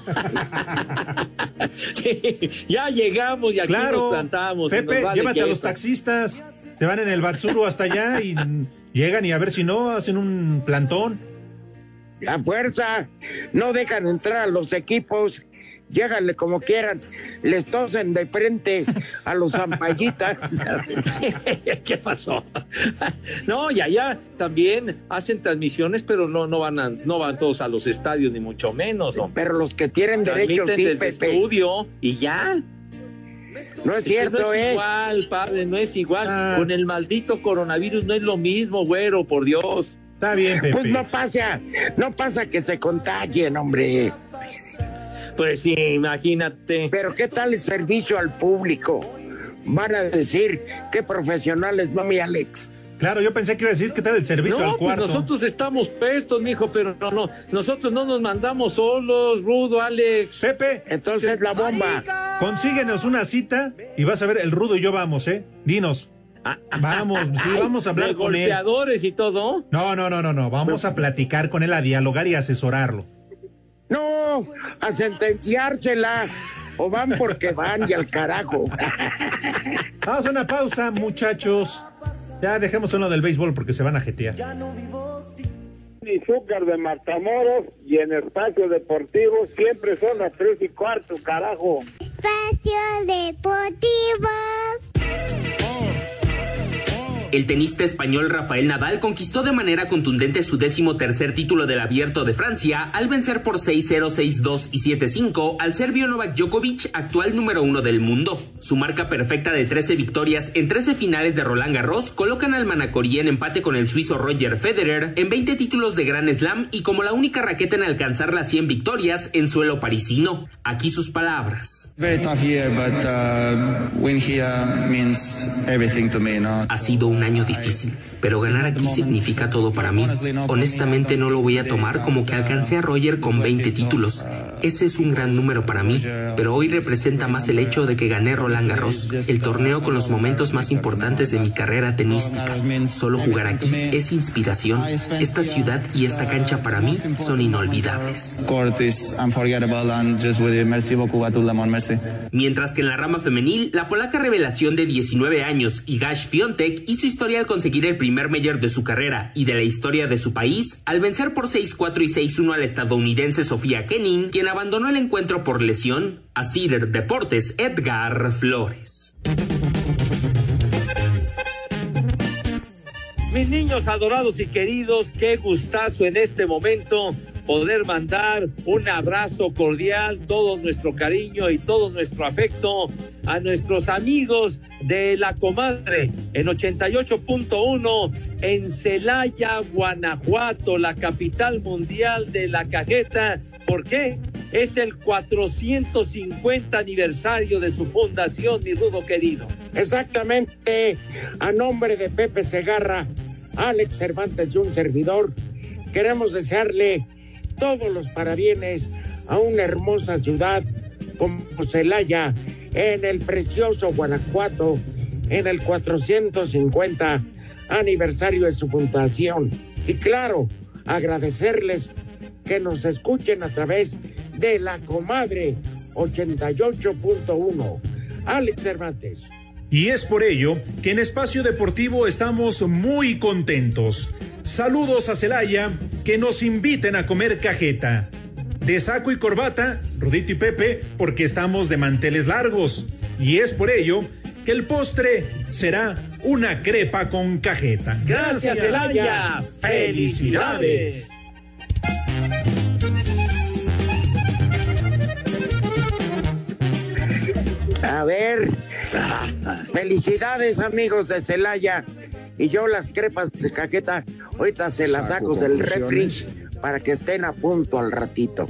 [SPEAKER 8] Sí, ya llegamos y aquí
[SPEAKER 3] claro.
[SPEAKER 8] nos plantamos y
[SPEAKER 3] Pepe,
[SPEAKER 8] nos vale
[SPEAKER 3] llévate a
[SPEAKER 8] que
[SPEAKER 3] los
[SPEAKER 8] eso.
[SPEAKER 3] taxistas. Se van en el Batsuro hasta allá y mm, llegan y a ver si no hacen un plantón.
[SPEAKER 5] A fuerza, no dejan entrar a los equipos. Lléganle como quieran, les tosen de frente a los zampallitas.
[SPEAKER 8] ¿Qué pasó? no, y allá también hacen transmisiones, pero no, no van a- no van todos a los estadios, ni mucho menos, hombre.
[SPEAKER 5] Pero los que tienen derechos,
[SPEAKER 8] Transmiten
[SPEAKER 5] sí,
[SPEAKER 8] desde
[SPEAKER 5] Pepe.
[SPEAKER 8] estudio y ya.
[SPEAKER 5] No es
[SPEAKER 8] Es que
[SPEAKER 5] cierto,
[SPEAKER 8] no es
[SPEAKER 5] ¿eh?
[SPEAKER 8] igual, padre, no es igual.
[SPEAKER 3] Ah.
[SPEAKER 8] Con el maldito coronavirus no es lo mismo, güero, por Dios.
[SPEAKER 3] Está Está bien, Pepe.
[SPEAKER 5] Pues no pasa, no pasa que se contagien, hombre.
[SPEAKER 8] Pues sí, imagínate.
[SPEAKER 5] Pero ¿qué tal el servicio al público? Van a decir qué profesionales, no mi Alex.
[SPEAKER 3] Claro, yo pensé que iba a decir qué tal el servicio
[SPEAKER 8] No,
[SPEAKER 3] al
[SPEAKER 8] pues
[SPEAKER 3] cuarto.
[SPEAKER 8] nosotros estamos pestos, mijo, pero no, no, nosotros no nos mandamos solos, Rudo, Alex.
[SPEAKER 3] Pepe,
[SPEAKER 5] Entonces la bomba.
[SPEAKER 3] consíguenos una cita y vas a ver, el Rudo y yo vamos, ¿eh? Dinos.
[SPEAKER 8] Ah,
[SPEAKER 3] Vamos, sí, vamos a hablar
[SPEAKER 8] de
[SPEAKER 3] con él.
[SPEAKER 8] golpeadores y todo.
[SPEAKER 3] No, no, no, no, no. Vamos a platicar con él, a dialogar y asesorarlo.
[SPEAKER 5] No, a sentenciársela. O van porque van y al carajo.
[SPEAKER 3] Vamos a una pausa, muchachos. Ya dejemos uno del béisbol porque se van a jetear.
[SPEAKER 11] y Zúcar de Matamoros y en espacio deportivo siempre son las tres y cuarto, carajo.
[SPEAKER 10] Espacio Deportivo.
[SPEAKER 12] El tenista español Rafael Nadal conquistó de manera contundente su décimo tercer título del Abierto de Francia al vencer por 6-0, 6-2 y 7-5 al serbio Novak Djokovic, actual número uno del mundo. Su marca perfecta de 13 victorias en 13 finales de Roland Garros colocan al manacorí en empate con el suizo Roger Federer en 20 títulos de Grand Slam y como la única raqueta en alcanzar las 100 victorias en suelo parisino. Aquí sus palabras.
[SPEAKER 13] Very tough year, but uh, win here means everything to me. No?
[SPEAKER 12] Ha sido un año difícil, pero ganar aquí significa todo para mí. Honestamente no lo voy a tomar como que alcancé a Roger con 20 títulos. Ese es un gran número para mí, pero hoy representa más el hecho de que gané Roland Garros, el torneo con los momentos más importantes de mi carrera tenística. Solo jugar aquí es inspiración. Esta ciudad y esta cancha para mí son inolvidables.
[SPEAKER 13] Court is unforgettable, and just with you. Merci beaucoup à tout le monde. Merci.
[SPEAKER 12] Mientras que en la rama femenil, la polaca revelación de 19 años, Igash Fiontek, hizo historia al conseguir el primer mayor de su carrera y de la historia de su país, al vencer por 6-4 y 6-1 a la estadounidense Sofía Kenning, quien abandonó el encuentro por lesión, a Cider Deportes Edgar Flores.
[SPEAKER 8] Mis niños adorados y queridos, qué gustazo en este momento poder mandar un abrazo cordial, todo nuestro cariño y todo nuestro afecto a nuestros amigos de la comadre en 88.1 en Celaya, Guanajuato, la capital mundial de la cajeta. ¿Por qué? Es el 450 aniversario de su fundación, mi rudo querido.
[SPEAKER 5] Exactamente, a nombre de Pepe Segarra, Alex Cervantes y un servidor, queremos desearle todos los parabienes a una hermosa ciudad como Celaya, en el precioso Guanajuato, en el 450 aniversario de su fundación. Y claro, agradecerles que nos escuchen a través de la comadre 88.1. Alex Cervantes.
[SPEAKER 14] Y es por ello que en Espacio Deportivo estamos muy contentos. Saludos a Celaya, que nos inviten a comer cajeta. De saco y corbata, Rudito y Pepe, porque estamos de manteles largos. Y es por ello que el postre será una crepa con cajeta.
[SPEAKER 8] Gracias, Celaya. Felicidades.
[SPEAKER 5] A ver, felicidades amigos de Celaya. Y yo las crepas de cajeta, ahorita se las
[SPEAKER 8] Saco
[SPEAKER 5] saco, del refri
[SPEAKER 8] conclusiones.
[SPEAKER 5] para que estén a punto al ratito.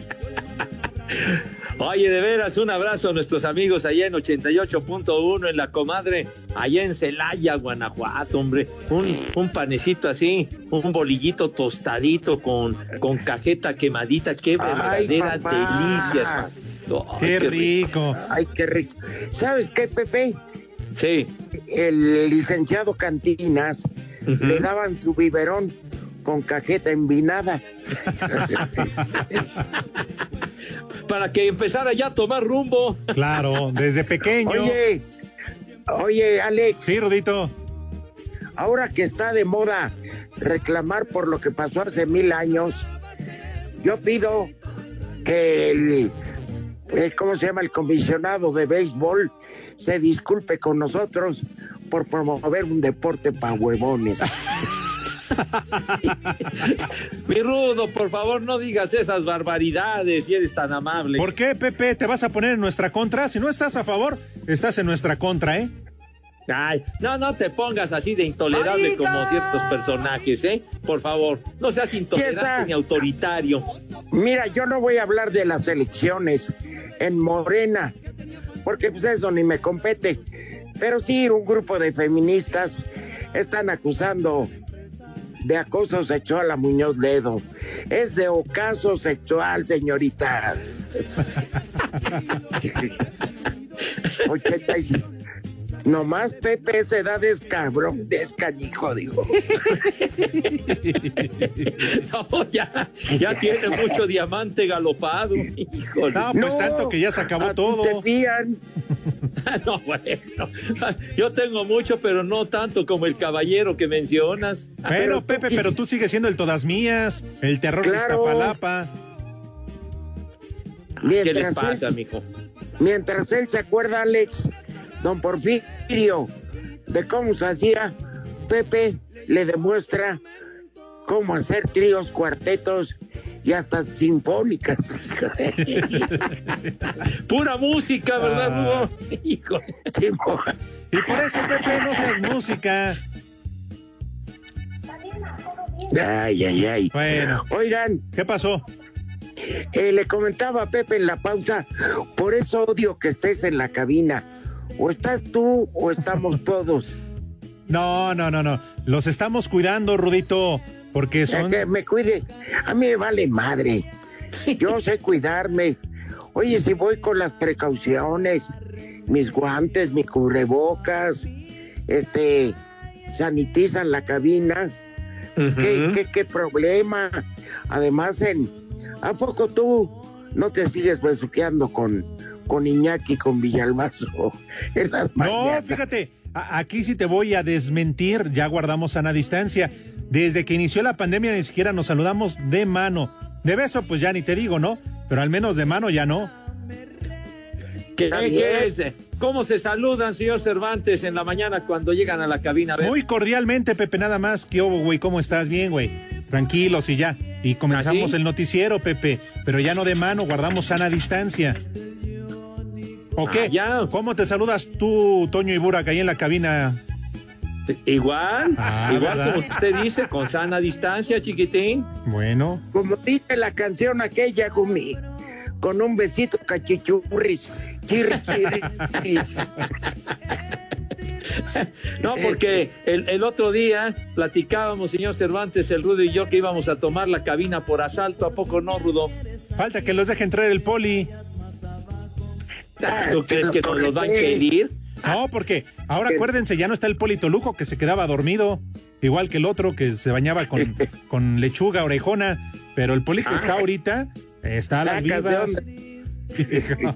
[SPEAKER 8] Oye, de veras, un abrazo a nuestros amigos allá en 88.1 en la comadre, allá en Celaya, Guanajuato, hombre. Un, un panecito así, un bolillito tostadito con, con cajeta quemadita, qué verdadera
[SPEAKER 5] papá.
[SPEAKER 8] delicia. Ay,
[SPEAKER 5] Ay, qué rico. ¿Sabes qué, Pepe?
[SPEAKER 8] Sí.
[SPEAKER 5] El licenciado Cantinas le daban su biberón con cajeta envinada.
[SPEAKER 8] Para que empezara ya a tomar rumbo.
[SPEAKER 3] Claro, desde pequeño.
[SPEAKER 5] Oye, oye, Alex.
[SPEAKER 3] Sí, Rodito.
[SPEAKER 5] Ahora que está de moda reclamar por lo que pasó hace mil años, yo pido que el, eh, ¿cómo se llama? El comisionado de béisbol se disculpe con nosotros por promover un deporte para huevones.
[SPEAKER 8] Mi Rudo, por favor, no digas esas barbaridades si eres tan amable.
[SPEAKER 3] ¿Por qué, Pepe? ¿Te vas a poner en nuestra contra? Si no estás a favor, estás en nuestra contra, ¿eh?
[SPEAKER 8] Ay, no, no te pongas así de intolerable
[SPEAKER 5] ¡Ahorita!
[SPEAKER 8] como ciertos personajes, ¿eh? Por favor, no seas intolerante ni autoritario.
[SPEAKER 5] Mira, yo no voy a hablar de las elecciones en Morena, porque pues eso ni me compete. Pero sí, un grupo de feministas están acusando de acoso sexual a Muñoz Ledo. Es de ocaso sexual, señoritas. 85. Nomás Pepe se da descabrón, descanijo, digo.
[SPEAKER 8] No, ya, ya tienes mucho diamante galopado, híjole.
[SPEAKER 3] No, pues tanto que ya se acabó todo.
[SPEAKER 8] No, bueno. Yo tengo mucho, pero no tanto como el caballero que mencionas.
[SPEAKER 3] Bueno, Pepe, pero tú sigues siendo el todas mías, el terror
[SPEAKER 8] Claro.
[SPEAKER 3] de Iztapalapa.
[SPEAKER 8] ¿Qué les pasa,
[SPEAKER 5] él-
[SPEAKER 8] mijo?
[SPEAKER 5] Mientras él se acuerda, Alex, don Porfirio, de cómo se hacía, Pepe le demuestra cómo hacer tríos, cuartetos y hasta sinfónicas.
[SPEAKER 8] Pura música,
[SPEAKER 3] Ah.
[SPEAKER 8] ¿verdad, Hugo? Hijo.
[SPEAKER 3] Y por eso, Pepe, no seas música.
[SPEAKER 5] Ay, ay, ay.
[SPEAKER 3] Bueno.
[SPEAKER 5] Oigan. eh,
[SPEAKER 3] ¿Qué pasó?
[SPEAKER 5] le comentaba a Pepe en la pausa, por eso odio que estés en la cabina. O estás tú o estamos todos.
[SPEAKER 3] No, no, no, no. Los estamos cuidando, Rudito, porque
[SPEAKER 5] Ya
[SPEAKER 3] son.
[SPEAKER 5] que me cuide. A mí me vale madre. Yo sé cuidarme. Oye, si voy con las precauciones, mis guantes, mi cubrebocas, este, sanitizan la cabina. Pues, ¿qué- qué, qué problema? Además, en, ¿a poco tú no te sigues besuqueando con, con Iñaki, con Villalbazo? En las
[SPEAKER 3] No,
[SPEAKER 5] mañanas?
[SPEAKER 3] fíjate, a- aquí sí te voy a desmentir, ya guardamos sana distancia. Desde que inició la pandemia ni siquiera nos saludamos de mano. De beso, pues ya ni te digo, ¿no? Pero al menos de mano ya no.
[SPEAKER 8] ¿Qué,
[SPEAKER 3] También.
[SPEAKER 8] qué es? ¿Cómo se saludan, señor Cervantes, en la mañana cuando llegan a la cabina? A ver,
[SPEAKER 3] Muy cordialmente, Pepe, nada más. ¿Qué hubo, güey? ¿Cómo estás? Bien, güey. Tranquilos y ya. Y comenzamos
[SPEAKER 8] ¿Así?
[SPEAKER 3] el noticiero, Pepe. Pero ya no de mano, guardamos sana distancia.
[SPEAKER 8] Ah,
[SPEAKER 3] ¿O qué? ¿Cómo te saludas tú, Toño y Burak, ahí en la cabina?
[SPEAKER 8] Igual,
[SPEAKER 3] Ah,
[SPEAKER 8] igual
[SPEAKER 3] ¿verdad?
[SPEAKER 8] como usted dice, con sana distancia, chiquitín.
[SPEAKER 3] Bueno.
[SPEAKER 5] Como dice la canción aquella, Gumi, con un besito cachichurris, chirri, chirri, chirris.
[SPEAKER 8] No, porque el, el otro día platicábamos, señor Cervantes, el Rudo y yo, que íbamos a tomar la cabina por asalto. ¿A poco no, Rudo?
[SPEAKER 3] Falta que los deje entrar el poli. Ah,
[SPEAKER 8] ¿Tú crees que nos los van a pedir?
[SPEAKER 3] No, porque ahora acuérdense, ya no está el poli Toluco que se quedaba dormido, igual que el otro que se bañaba con, con lechuga orejona, pero el poli
[SPEAKER 5] Ah.
[SPEAKER 3] que está ahorita está a las
[SPEAKER 8] Sacas de
[SPEAKER 3] vivas.
[SPEAKER 8] onda.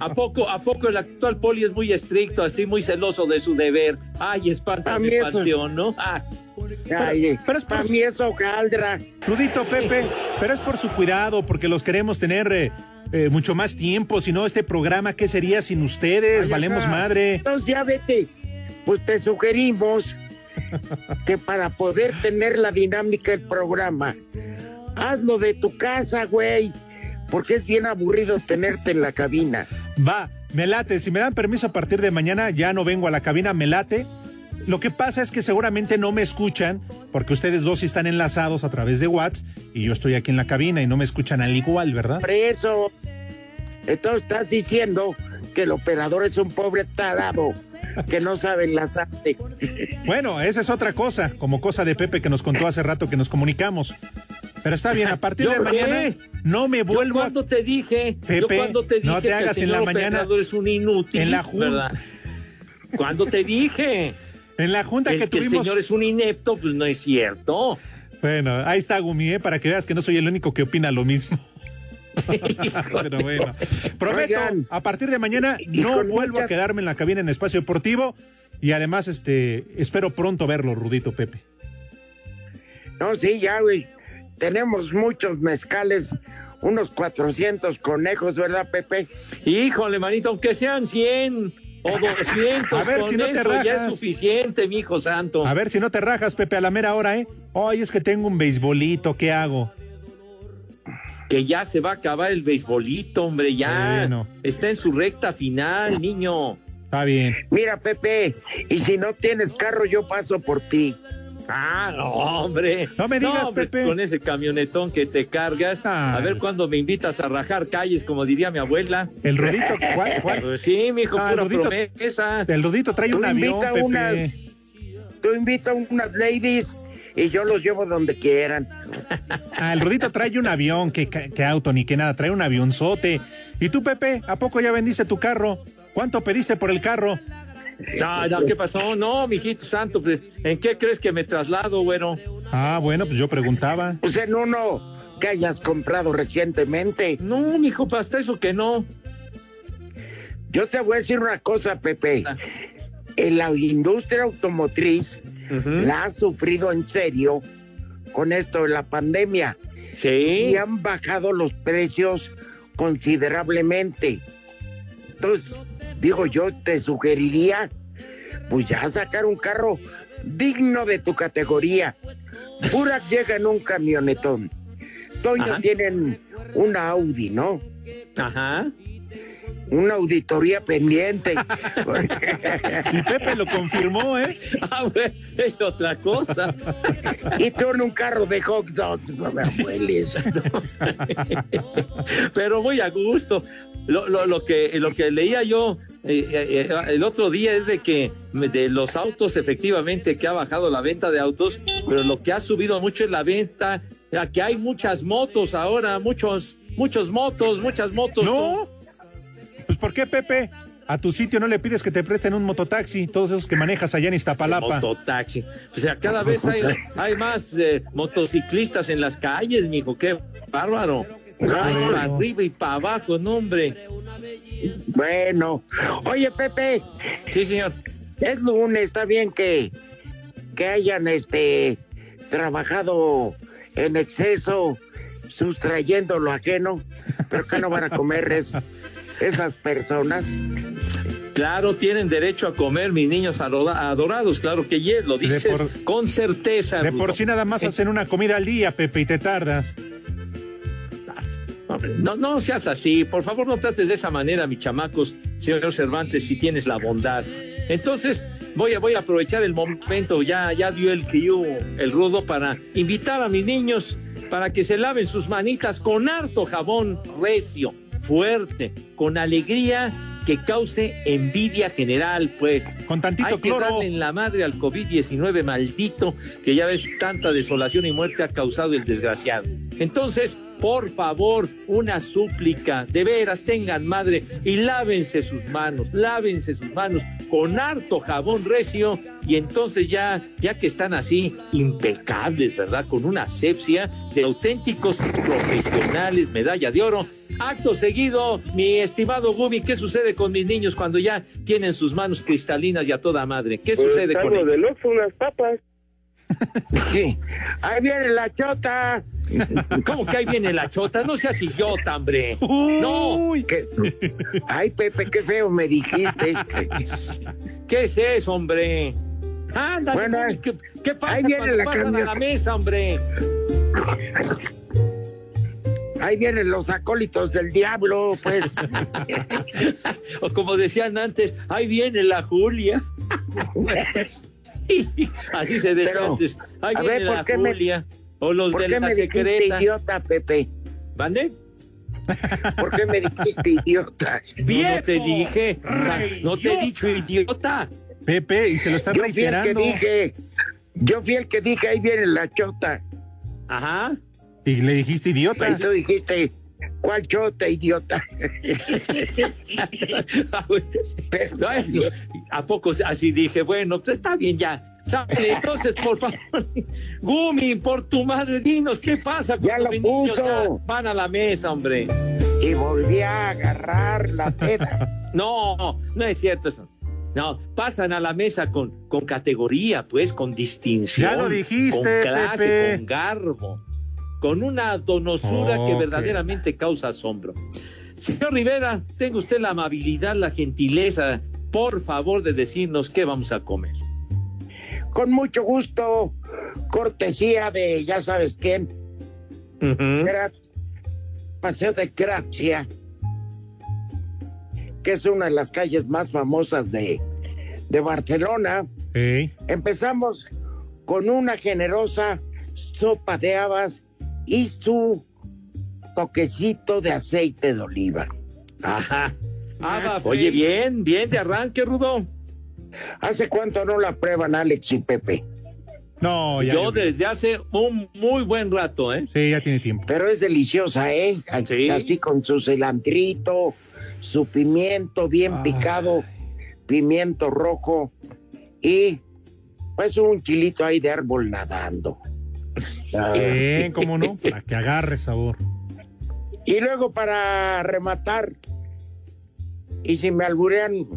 [SPEAKER 8] ¿A poco, ¿A poco el actual poli es muy estricto, así muy celoso de su deber? Ay, espanta
[SPEAKER 5] A
[SPEAKER 8] mi
[SPEAKER 5] mí eso-
[SPEAKER 8] panteón, ¿no? Ah,
[SPEAKER 5] Ay,
[SPEAKER 3] pero es
[SPEAKER 5] para mí eso, Caldra.
[SPEAKER 3] Rudito Pepe, pero es por su cuidado, porque los queremos tener eh, eh, mucho más tiempo, si no este programa, ¿qué sería sin ustedes? Valemos
[SPEAKER 5] Ajá.
[SPEAKER 3] madre.
[SPEAKER 5] Entonces ya vete. Pues te sugerimos que para poder tener la dinámica del programa, hazlo de tu casa, güey. Porque es bien aburrido tenerte en la cabina.
[SPEAKER 3] Va, me late. Si me dan permiso a partir de mañana, ya no vengo a la cabina, me late. Lo que pasa es que seguramente no me escuchan, porque ustedes dos sí están enlazados a través de WhatsApp y yo estoy aquí en la cabina y no me escuchan al igual, ¿verdad?
[SPEAKER 5] Por eso, entonces estás diciendo que el operador es un pobre tarado que no sabe enlazarte.
[SPEAKER 3] Bueno, esa es otra cosa, como cosa de Pepe que nos contó hace rato que nos comunicamos. Pero está bien, a partir
[SPEAKER 8] ¿Yo
[SPEAKER 3] de
[SPEAKER 8] qué?
[SPEAKER 3] mañana no me
[SPEAKER 8] yo
[SPEAKER 3] vuelvo a...
[SPEAKER 8] cuando te dije, yo
[SPEAKER 3] Pepe,
[SPEAKER 8] cuando te dije
[SPEAKER 3] no te
[SPEAKER 8] que el
[SPEAKER 3] hagas en
[SPEAKER 8] señor
[SPEAKER 3] la mañana.
[SPEAKER 8] operador es un inútil,
[SPEAKER 3] En la jun-
[SPEAKER 8] ¿verdad? Cuando te dije
[SPEAKER 3] En la junta
[SPEAKER 8] el,
[SPEAKER 3] que
[SPEAKER 8] que el
[SPEAKER 3] tuvimos...
[SPEAKER 8] señor es un inepto, pues no es cierto.
[SPEAKER 3] Bueno, ahí está Gumi, ¿eh? para que veas que no soy el único que opina lo mismo. Pero bueno, prometo,
[SPEAKER 5] Oigan.
[SPEAKER 3] a partir de mañana
[SPEAKER 5] Y
[SPEAKER 3] no
[SPEAKER 5] con
[SPEAKER 3] vuelvo a
[SPEAKER 5] mucha-
[SPEAKER 3] quedarme en la cabina en Espacio Deportivo y además este espero pronto verlo, Rudito Pepe.
[SPEAKER 5] No, sí, ya, güey. Tenemos muchos mezcales, unos 400 conejos, ¿verdad, Pepe?
[SPEAKER 8] Híjole, manito, aunque sean 100 o 200,
[SPEAKER 3] A ver
[SPEAKER 8] con
[SPEAKER 3] si no te
[SPEAKER 8] eso ya
[SPEAKER 3] rajas.
[SPEAKER 8] es suficiente, mi hijo santo.
[SPEAKER 3] A ver si no te rajas, Pepe, a la mera hora, ¿eh? Hoy es que tengo un beisbolito, ¿qué hago?
[SPEAKER 8] Que ya se va a acabar el beisbolito, hombre, ya.
[SPEAKER 3] Bueno.
[SPEAKER 8] Está en su recta final, niño.
[SPEAKER 3] Está bien.
[SPEAKER 5] Mira, Pepe, y si no tienes carro, yo paso por ti.
[SPEAKER 8] Ah, no, hombre.
[SPEAKER 3] No me digas,
[SPEAKER 8] hombre,
[SPEAKER 3] Pepe. Ah.
[SPEAKER 8] Con ese camionetón que te cargas. A ver cuándo me invitas a rajar calles, como diría mi abuela.
[SPEAKER 3] El Rudito, ¿cuál? cuál?
[SPEAKER 8] Pues sí, mijo,
[SPEAKER 3] Ah,
[SPEAKER 8] pura
[SPEAKER 3] Rudito.
[SPEAKER 8] promesa.
[SPEAKER 3] El Rudito trae un avión,
[SPEAKER 5] invita
[SPEAKER 3] Pepe.
[SPEAKER 5] unas, tú invita unas ladies y yo los llevo donde quieran.
[SPEAKER 3] Ah, el Rudito trae un avión, que, que auto ni que nada, trae un avionzote. ¿Y tú, Pepe, a poco ya vendiste tu carro? ¿Cuánto pediste por el carro?
[SPEAKER 8] No, no, ¿qué pasó? No, mijito santo, pues, ¿en qué crees que me traslado, bueno?
[SPEAKER 3] Ah, bueno, pues yo preguntaba.
[SPEAKER 5] Pues en uno que hayas comprado recientemente.
[SPEAKER 8] No, mijo, hasta eso que no.
[SPEAKER 5] Yo te voy a decir una cosa, Pepe.
[SPEAKER 8] Ah.
[SPEAKER 5] En la industria automotriz
[SPEAKER 8] ¿Mm?
[SPEAKER 5] la ha sufrido en serio con esto de la pandemia.
[SPEAKER 8] Sí.
[SPEAKER 5] Y han bajado los precios considerablemente. Entonces, digo, yo te sugeriría, pues ya sacar un carro digno de tu categoría. Burak llega en un camionetón. Toño
[SPEAKER 8] Ajá.
[SPEAKER 5] tienen una Audi, ¿no?
[SPEAKER 8] Ajá.
[SPEAKER 5] Una auditoría pendiente.
[SPEAKER 3] Y Pepe lo confirmó, ¿eh?
[SPEAKER 8] Ah, bueno, es otra cosa.
[SPEAKER 5] y tú en un carro de hot dogs, no me hueles.
[SPEAKER 8] Pero muy a gusto. Lo, lo- lo que, lo que leía yo eh, eh, eh, el otro día es de que de los autos, efectivamente, que ha bajado la venta de autos, pero lo que ha subido mucho es la venta, ya que hay muchas motos ahora, muchos, muchos motos, muchas motos.
[SPEAKER 3] ¿No? Pues ¿por qué, Pepe? A tu sitio no le pides que te presten un mototaxi, todos esos que manejas allá en Iztapalapa.
[SPEAKER 8] Mototaxi. O sea, cada vez hay, hay más eh, motociclistas en las calles, mijo. Qué bárbaro. Ay, para arriba y para abajo, no, hombre.
[SPEAKER 5] Bueno, oye Pepe,
[SPEAKER 8] Sí, señor.
[SPEAKER 5] es lunes, está bien que, que hayan este trabajado en exceso, sustrayendo lo ajeno, pero que no van a comer es- esas personas.
[SPEAKER 8] Claro, tienen derecho a comer mis niños ado- adorados, claro que yes, lo dices
[SPEAKER 3] por-
[SPEAKER 8] con certeza.
[SPEAKER 3] De
[SPEAKER 8] Rudo.
[SPEAKER 3] por sí nada más
[SPEAKER 8] Eh,
[SPEAKER 3] hacen una comida al día, Pepe, y te tardas.
[SPEAKER 8] No, no seas así, por favor no trates de esa manera, mis chamacos, señor Cervantes, si tienes la bondad. Entonces, voy a, voy a aprovechar el momento, ya, ya dio el cue, el rudo, para invitar a mis niños para que se laven sus manitas con harto jabón recio, fuerte, con alegría que cause envidia general, pues.
[SPEAKER 3] Con
[SPEAKER 8] Hay
[SPEAKER 3] tantito
[SPEAKER 8] que
[SPEAKER 3] cloro.
[SPEAKER 8] darle en la madre al COVID-19 maldito, que ya ves tanta desolación y muerte ha causado el desgraciado. Entonces, por favor, una súplica, de veras, tengan madre y lávense sus manos, lávense sus manos con harto jabón recio y entonces ya, ya que están así impecables, ¿verdad? Con una asepsia de auténticos profesionales, medalla de oro, Acto seguido, mi estimado Gumi, ¿qué sucede con mis niños cuando ya tienen sus manos cristalinas y a toda madre? ¿Qué
[SPEAKER 11] Pues
[SPEAKER 8] sucede con
[SPEAKER 11] salgo
[SPEAKER 8] ellos?
[SPEAKER 11] del Oxxo, unas papas.
[SPEAKER 5] Ahí viene la chota.
[SPEAKER 8] ¿Cómo que ahí viene la chota? No seas idiota, hombre. No,
[SPEAKER 3] Uy,
[SPEAKER 5] Que- Ay Pepe, qué feo me dijiste.
[SPEAKER 8] ¿qué es eso, hombre? Ándale,
[SPEAKER 5] Bueno,
[SPEAKER 8] Gumi,
[SPEAKER 5] ahí-
[SPEAKER 8] ¿qué, qué pasa
[SPEAKER 5] ahí viene
[SPEAKER 8] cuando
[SPEAKER 5] la
[SPEAKER 8] pasan a
[SPEAKER 5] camioneta.
[SPEAKER 8] la mesa, hombre?
[SPEAKER 5] Ahí vienen los acólitos del diablo, pues.
[SPEAKER 8] O como decían antes, ahí viene la Julia. Así se decía
[SPEAKER 5] Pero,
[SPEAKER 8] antes, ahí
[SPEAKER 5] a
[SPEAKER 8] viene
[SPEAKER 5] ver, ¿por
[SPEAKER 8] la
[SPEAKER 5] qué me-
[SPEAKER 8] Julia. O los
[SPEAKER 5] ¿Por
[SPEAKER 8] de
[SPEAKER 5] qué
[SPEAKER 8] la
[SPEAKER 5] me dijiste
[SPEAKER 8] secreta.
[SPEAKER 5] idiota, Pepe?
[SPEAKER 8] ¿Vale?
[SPEAKER 5] ¿Por qué me dijiste idiota?
[SPEAKER 8] No, no te dije, no te he dicho idiota.
[SPEAKER 3] Pepe, y se lo están
[SPEAKER 5] Yo fui el que
[SPEAKER 3] reiterando.
[SPEAKER 5] dije, yo fui el que dije, ahí viene la chota.
[SPEAKER 8] Ajá.
[SPEAKER 3] Y le dijiste idiota.
[SPEAKER 5] Y tú dijiste, ¿cuál chota, idiota? Pero,
[SPEAKER 8] Ay, ¿A poco así dije? Bueno, pues está bien ya. Sale, entonces, por favor, Gumi, por tu madre, dinos qué pasa
[SPEAKER 5] Ya
[SPEAKER 8] cuando
[SPEAKER 5] lo
[SPEAKER 8] mis niños
[SPEAKER 5] puso.
[SPEAKER 8] ya van a la mesa, hombre.
[SPEAKER 5] y volví a agarrar la peda.
[SPEAKER 8] No, no es cierto eso. No, pasan a la mesa con, con categoría, pues, con distinción.
[SPEAKER 3] Ya lo dijiste,
[SPEAKER 8] Con clase,
[SPEAKER 3] Pepe.
[SPEAKER 8] con garbo, con una donosura que
[SPEAKER 3] Ok.
[SPEAKER 8] verdaderamente causa asombro. Señor Rivera, tenga usted la amabilidad, la gentileza, por favor, de decirnos qué vamos a comer.
[SPEAKER 5] Con mucho gusto, cortesía de ya sabes quién,
[SPEAKER 8] Ujú.
[SPEAKER 5] Gra- Paseo de Gracia. que es una de las calles más famosas de, de Barcelona.
[SPEAKER 2] Sí.
[SPEAKER 5] Empezamos con una generosa sopa de habas y su toquecito de aceite de oliva.
[SPEAKER 8] Ajá.
[SPEAKER 3] Ah, pues.
[SPEAKER 8] Oye, bien, bien de arranque, Rudo.
[SPEAKER 5] ¿Hace cuánto no la prueban Alex y Pepe?
[SPEAKER 3] Oh,
[SPEAKER 2] No, ya.
[SPEAKER 8] Yo desde hace un muy buen rato, ¿eh?
[SPEAKER 2] Sí, ya tiene tiempo.
[SPEAKER 5] Pero es deliciosa, ¿eh?
[SPEAKER 8] Sí.
[SPEAKER 5] Así con su cilantrito, su pimiento bien picado, pimiento rojo y pues un chilito ahí de árbol nadando.
[SPEAKER 3] Ah.
[SPEAKER 2] Bien, cómo no, para que agarre sabor.
[SPEAKER 5] Y luego para rematar, y si me alburean,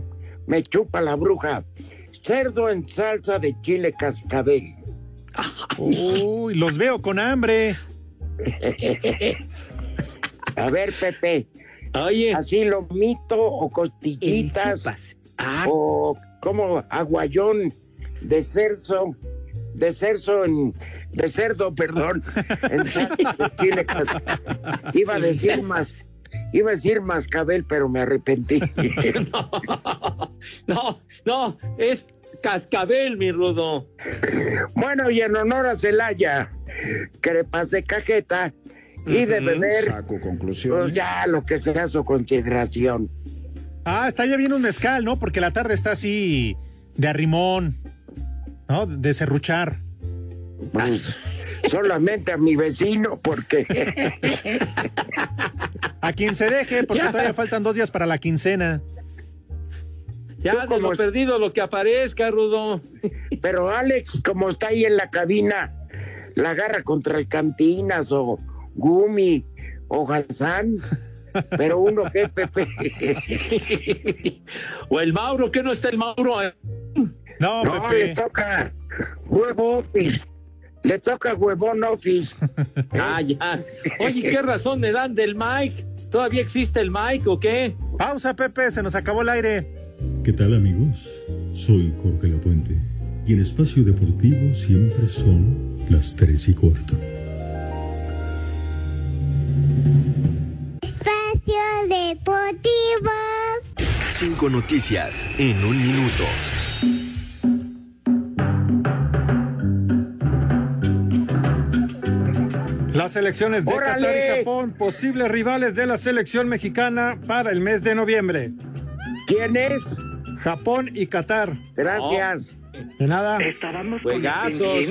[SPEAKER 5] me chupa la bruja. Cerdo en salsa de chile cascabel.
[SPEAKER 2] Uy, los veo con hambre.
[SPEAKER 5] A ver, Pepe.
[SPEAKER 8] Oye.
[SPEAKER 5] Así lomito o costillitas. O como aguayón de cerzo. De cerzo en. De cerdo, perdón. En salsa de chile cascabel. Iba a decir más. Iba a decir mascabel, pero me arrepentí.
[SPEAKER 8] No, no, es cascabel, mi Rudo.
[SPEAKER 5] Bueno, y en honor a Celaya, crepas de cajeta y de
[SPEAKER 2] Ujú.
[SPEAKER 5] beber,
[SPEAKER 15] Saco
[SPEAKER 5] pues
[SPEAKER 15] conclusiones.
[SPEAKER 5] ya lo que sea su consideración.
[SPEAKER 2] Ah, está ya bien un mezcal, ¿no? Porque la tarde está así de arrimón, ¿no? De serruchar.
[SPEAKER 5] Pues, solamente a mi vecino, porque
[SPEAKER 2] A quien se deje, porque todavía faltan dos días para la quincena.
[SPEAKER 8] Ya de lo perdido lo que aparezca, Rudo.
[SPEAKER 5] Pero Alex, como está ahí en la cabina, la agarra contra el Cantinas o Gumi o Hassan, pero uno que Pepe.
[SPEAKER 8] O el Mauro, que no está el Mauro.
[SPEAKER 2] No,
[SPEAKER 5] No, le toca huevo office. Le toca huevón office.
[SPEAKER 8] Ah, ya. Oye, ¿qué razón me dan del Mike? ¿Todavía existe el Mike o qué?
[SPEAKER 2] Pausa, Pepe, se nos acabó el aire.
[SPEAKER 16] ¿Qué tal amigos? Soy Jorge Lapuente y en Espacio Deportivo siempre son las 3 y cuarto.
[SPEAKER 17] Espacio Deportivo.
[SPEAKER 18] Cinco noticias en un minuto.
[SPEAKER 3] Las selecciones de
[SPEAKER 5] ¡Órale!
[SPEAKER 3] Qatar y Japón, posibles rivales de la selección mexicana para el mes de noviembre.
[SPEAKER 5] ¿Quién es?
[SPEAKER 3] Japón y Qatar.
[SPEAKER 5] Gracias.
[SPEAKER 3] De nada.
[SPEAKER 8] Juegazos.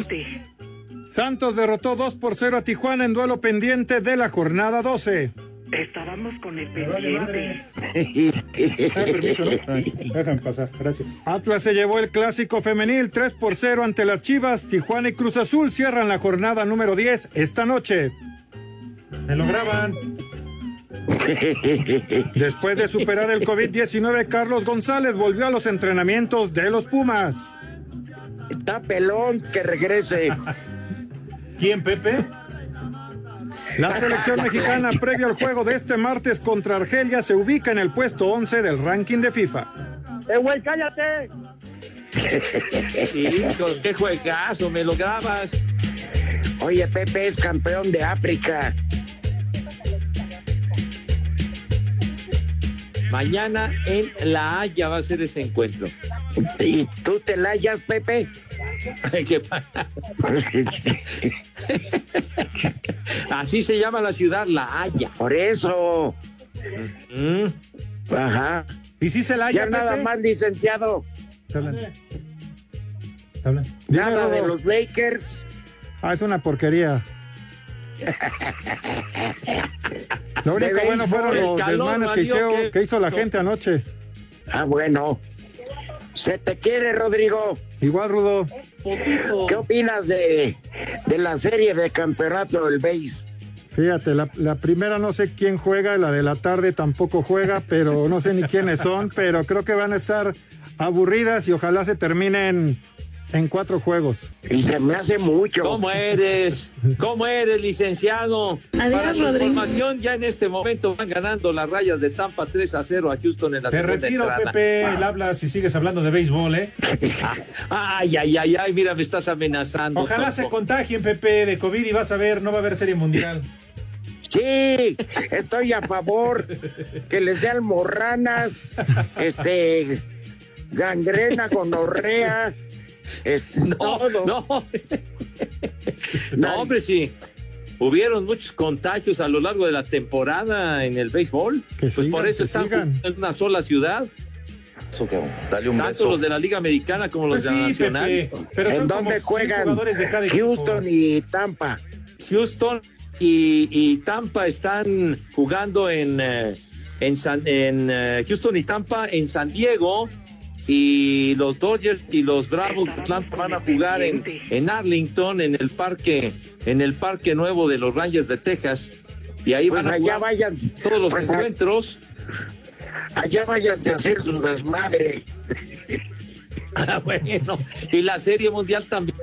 [SPEAKER 3] Santos derrotó 2 por 0 a Tijuana en duelo pendiente de la jornada 12.
[SPEAKER 19] Estábamos con el pendiente.
[SPEAKER 3] Ah, Dejan pasar, gracias. Atlas se llevó el clásico femenil 3 por 0 ante las Chivas. Tijuana y Cruz Azul cierran la jornada número 10 esta noche.
[SPEAKER 2] Me lo graban.
[SPEAKER 3] Después de superar el COVID-19, Carlos González volvió a los entrenamientos de los Pumas.
[SPEAKER 5] Está pelón, que regrese.
[SPEAKER 2] ¿Quién, Pepe?
[SPEAKER 3] La selección mexicana, previo al juego de este martes contra Argelia, se ubica en el puesto 11 del ranking de FIFA.
[SPEAKER 20] ¡Eh, güey, cállate!
[SPEAKER 8] Hijo, qué juegazo, me lo grabas.
[SPEAKER 5] Oye, Pepe es campeón de África.
[SPEAKER 8] Mañana en La Haya va a ser ese encuentro.
[SPEAKER 5] ¿Y tú te la hallas, Pepe?
[SPEAKER 8] ¿Qué pa- Así se llama la ciudad, La Haya. Mm.
[SPEAKER 5] Por eso. Ajá.
[SPEAKER 2] ¿Y si se la halla,
[SPEAKER 5] Ya nada
[SPEAKER 2] Pepe?
[SPEAKER 5] más, licenciado.
[SPEAKER 3] ¿Te hablan? ¿Te hablan?
[SPEAKER 5] Nada
[SPEAKER 3] Dime,
[SPEAKER 5] de
[SPEAKER 3] Rodo.
[SPEAKER 5] los Lakers.
[SPEAKER 3] Ah, es una porquería. Lo
[SPEAKER 5] De
[SPEAKER 3] único bueno
[SPEAKER 5] béisbol.
[SPEAKER 3] fueron
[SPEAKER 5] El
[SPEAKER 3] los
[SPEAKER 5] calor
[SPEAKER 3] desmanes que
[SPEAKER 5] valió
[SPEAKER 3] hizo,
[SPEAKER 5] que-
[SPEAKER 3] que hizo la gente anoche.
[SPEAKER 5] Ah, bueno. Se te quiere, Rodrigo.
[SPEAKER 3] Igual, Rudo.
[SPEAKER 5] ¿Qué opinas de, de la serie de campeonato del BASE?
[SPEAKER 3] Fíjate, la, la primera no sé quién juega, la de la tarde tampoco juega, pero no sé ni quiénes son, pero creo que van a estar aburridas y ojalá se terminen en cuatro juegos.
[SPEAKER 5] Y se me hace mucho.
[SPEAKER 8] ¿Cómo eres? ¿Cómo eres, licenciado?
[SPEAKER 21] Adiós,
[SPEAKER 8] Para su
[SPEAKER 21] Rodrigo.
[SPEAKER 8] información, ya en este momento van ganando las rayas de Tampa 3 a 0 a Houston en la
[SPEAKER 2] Te
[SPEAKER 8] segunda
[SPEAKER 2] retiro,
[SPEAKER 8] entrada.
[SPEAKER 2] Pepe. El habla si sigues hablando de béisbol, ¿eh?
[SPEAKER 8] Ay, ay, ay, ay, mira, me estás amenazando.
[SPEAKER 2] Ojalá
[SPEAKER 8] Topo.
[SPEAKER 2] se contagien, Pepe, de COVID y vas a ver, no va a haber serie mundial.
[SPEAKER 5] Sí, estoy a favor que les dé almorranas, este, gangrena, gonorrea, este, todo.
[SPEAKER 8] Oh, No. No, hombre, sí. Hubieron muchos contagios a lo largo de la temporada en el béisbol. pues
[SPEAKER 22] sigan,
[SPEAKER 8] por
[SPEAKER 22] que
[SPEAKER 8] eso están
[SPEAKER 22] sigan.
[SPEAKER 8] juntos en una sola ciudad.
[SPEAKER 23] Dale un
[SPEAKER 8] Tanto
[SPEAKER 23] beso.
[SPEAKER 8] los de la Liga Americana como
[SPEAKER 5] Pues
[SPEAKER 8] los de la
[SPEAKER 5] sí,
[SPEAKER 8] Nacional.
[SPEAKER 5] Pepe, pero ¿En son como dónde cinco juegan? jugadores de cada equipo. Houston y Tampa.
[SPEAKER 8] Houston y, y Tampa están jugando en, eh, en, San- en, eh, Houston y Tampa en San Diego. Y los Dodgers y los Bravos de Atlanta van a jugar en, en Arlington, en el parque, en el parque nuevo de los Rangers de Texas. Y ahí
[SPEAKER 5] Pues
[SPEAKER 8] van a
[SPEAKER 5] allá
[SPEAKER 8] jugar
[SPEAKER 5] vayan.
[SPEAKER 8] todos los
[SPEAKER 5] pues a-
[SPEAKER 8] encuentros.
[SPEAKER 5] allá váyanse a hacer su desmadre.
[SPEAKER 8] Ah, bueno, y la Serie Mundial también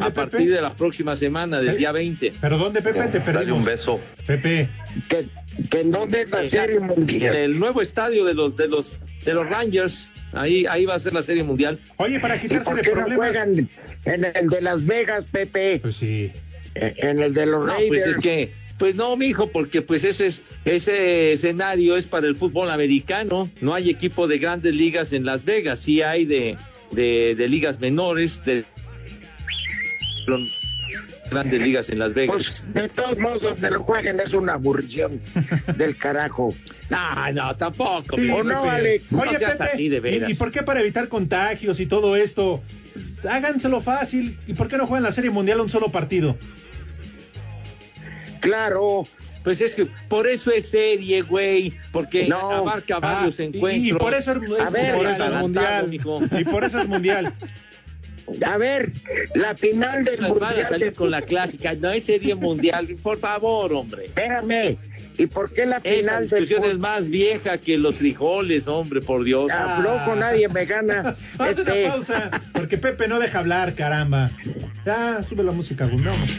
[SPEAKER 8] a partir de la próxima semana,
[SPEAKER 5] ¿Eh?
[SPEAKER 8] del día 20.
[SPEAKER 3] ¿Pero dónde, Pepe? Te
[SPEAKER 8] Dale
[SPEAKER 3] perdimos.
[SPEAKER 8] beso.
[SPEAKER 3] Pepe.
[SPEAKER 5] Que, que dónde es la Serie Mundial.
[SPEAKER 8] En el nuevo estadio de los de los de los Rangers. Ahí ahí va a ser la Serie Mundial.
[SPEAKER 3] Oye, para
[SPEAKER 5] ¿Y por qué no juegan en el de Las Vegas, Pepe?
[SPEAKER 3] Pues sí.
[SPEAKER 5] En el de los
[SPEAKER 8] No,
[SPEAKER 5] Raiders.
[SPEAKER 8] pues es que pues no, mijo, porque pues ese es- ese escenario es para el fútbol americano. No hay equipo de grandes ligas en Las Vegas. Sí hay de de, de ligas menores, de grandes ligas en Las Vegas.
[SPEAKER 5] Pues, de todos modos, donde lo jueguen es una aburrición del carajo.
[SPEAKER 3] Pues,
[SPEAKER 8] No, no, tampoco.
[SPEAKER 3] Sí,
[SPEAKER 5] ¿O no,
[SPEAKER 3] Pepe.
[SPEAKER 5] Alex?
[SPEAKER 3] Oye,
[SPEAKER 5] No seas
[SPEAKER 3] Pepe,
[SPEAKER 5] así, de
[SPEAKER 3] ¿y-
[SPEAKER 5] veras.
[SPEAKER 3] ¿y, por qué para evitar contagios y todo esto? Háganselo fácil. ¿Y por qué no juegan la Serie Mundial un solo partido?
[SPEAKER 5] Claro.
[SPEAKER 8] Pues es que por eso es serie, güey, porque
[SPEAKER 3] No.
[SPEAKER 8] abarca
[SPEAKER 3] Ah,
[SPEAKER 8] varios
[SPEAKER 3] y- y
[SPEAKER 8] encuentros.
[SPEAKER 3] por eso es-
[SPEAKER 8] Pues,
[SPEAKER 3] es por eso es mundial. Y por eso es mundial.
[SPEAKER 5] A ver, la final del
[SPEAKER 8] Nos van a
[SPEAKER 5] Mundial
[SPEAKER 8] salir
[SPEAKER 5] de-
[SPEAKER 8] con la clásica, no es serie mundial, por favor, hombre.
[SPEAKER 5] Espérame, ¿y por qué la
[SPEAKER 8] Esa
[SPEAKER 5] final del
[SPEAKER 8] discusión es más vieja que los frijoles, hombre, por Dios. Ah.
[SPEAKER 5] Aflojo, nadie me gana.
[SPEAKER 3] Haz
[SPEAKER 5] Este-
[SPEAKER 3] una pausa, porque Pepe no deja hablar, caramba. Ya, sube la música, güey, vamos.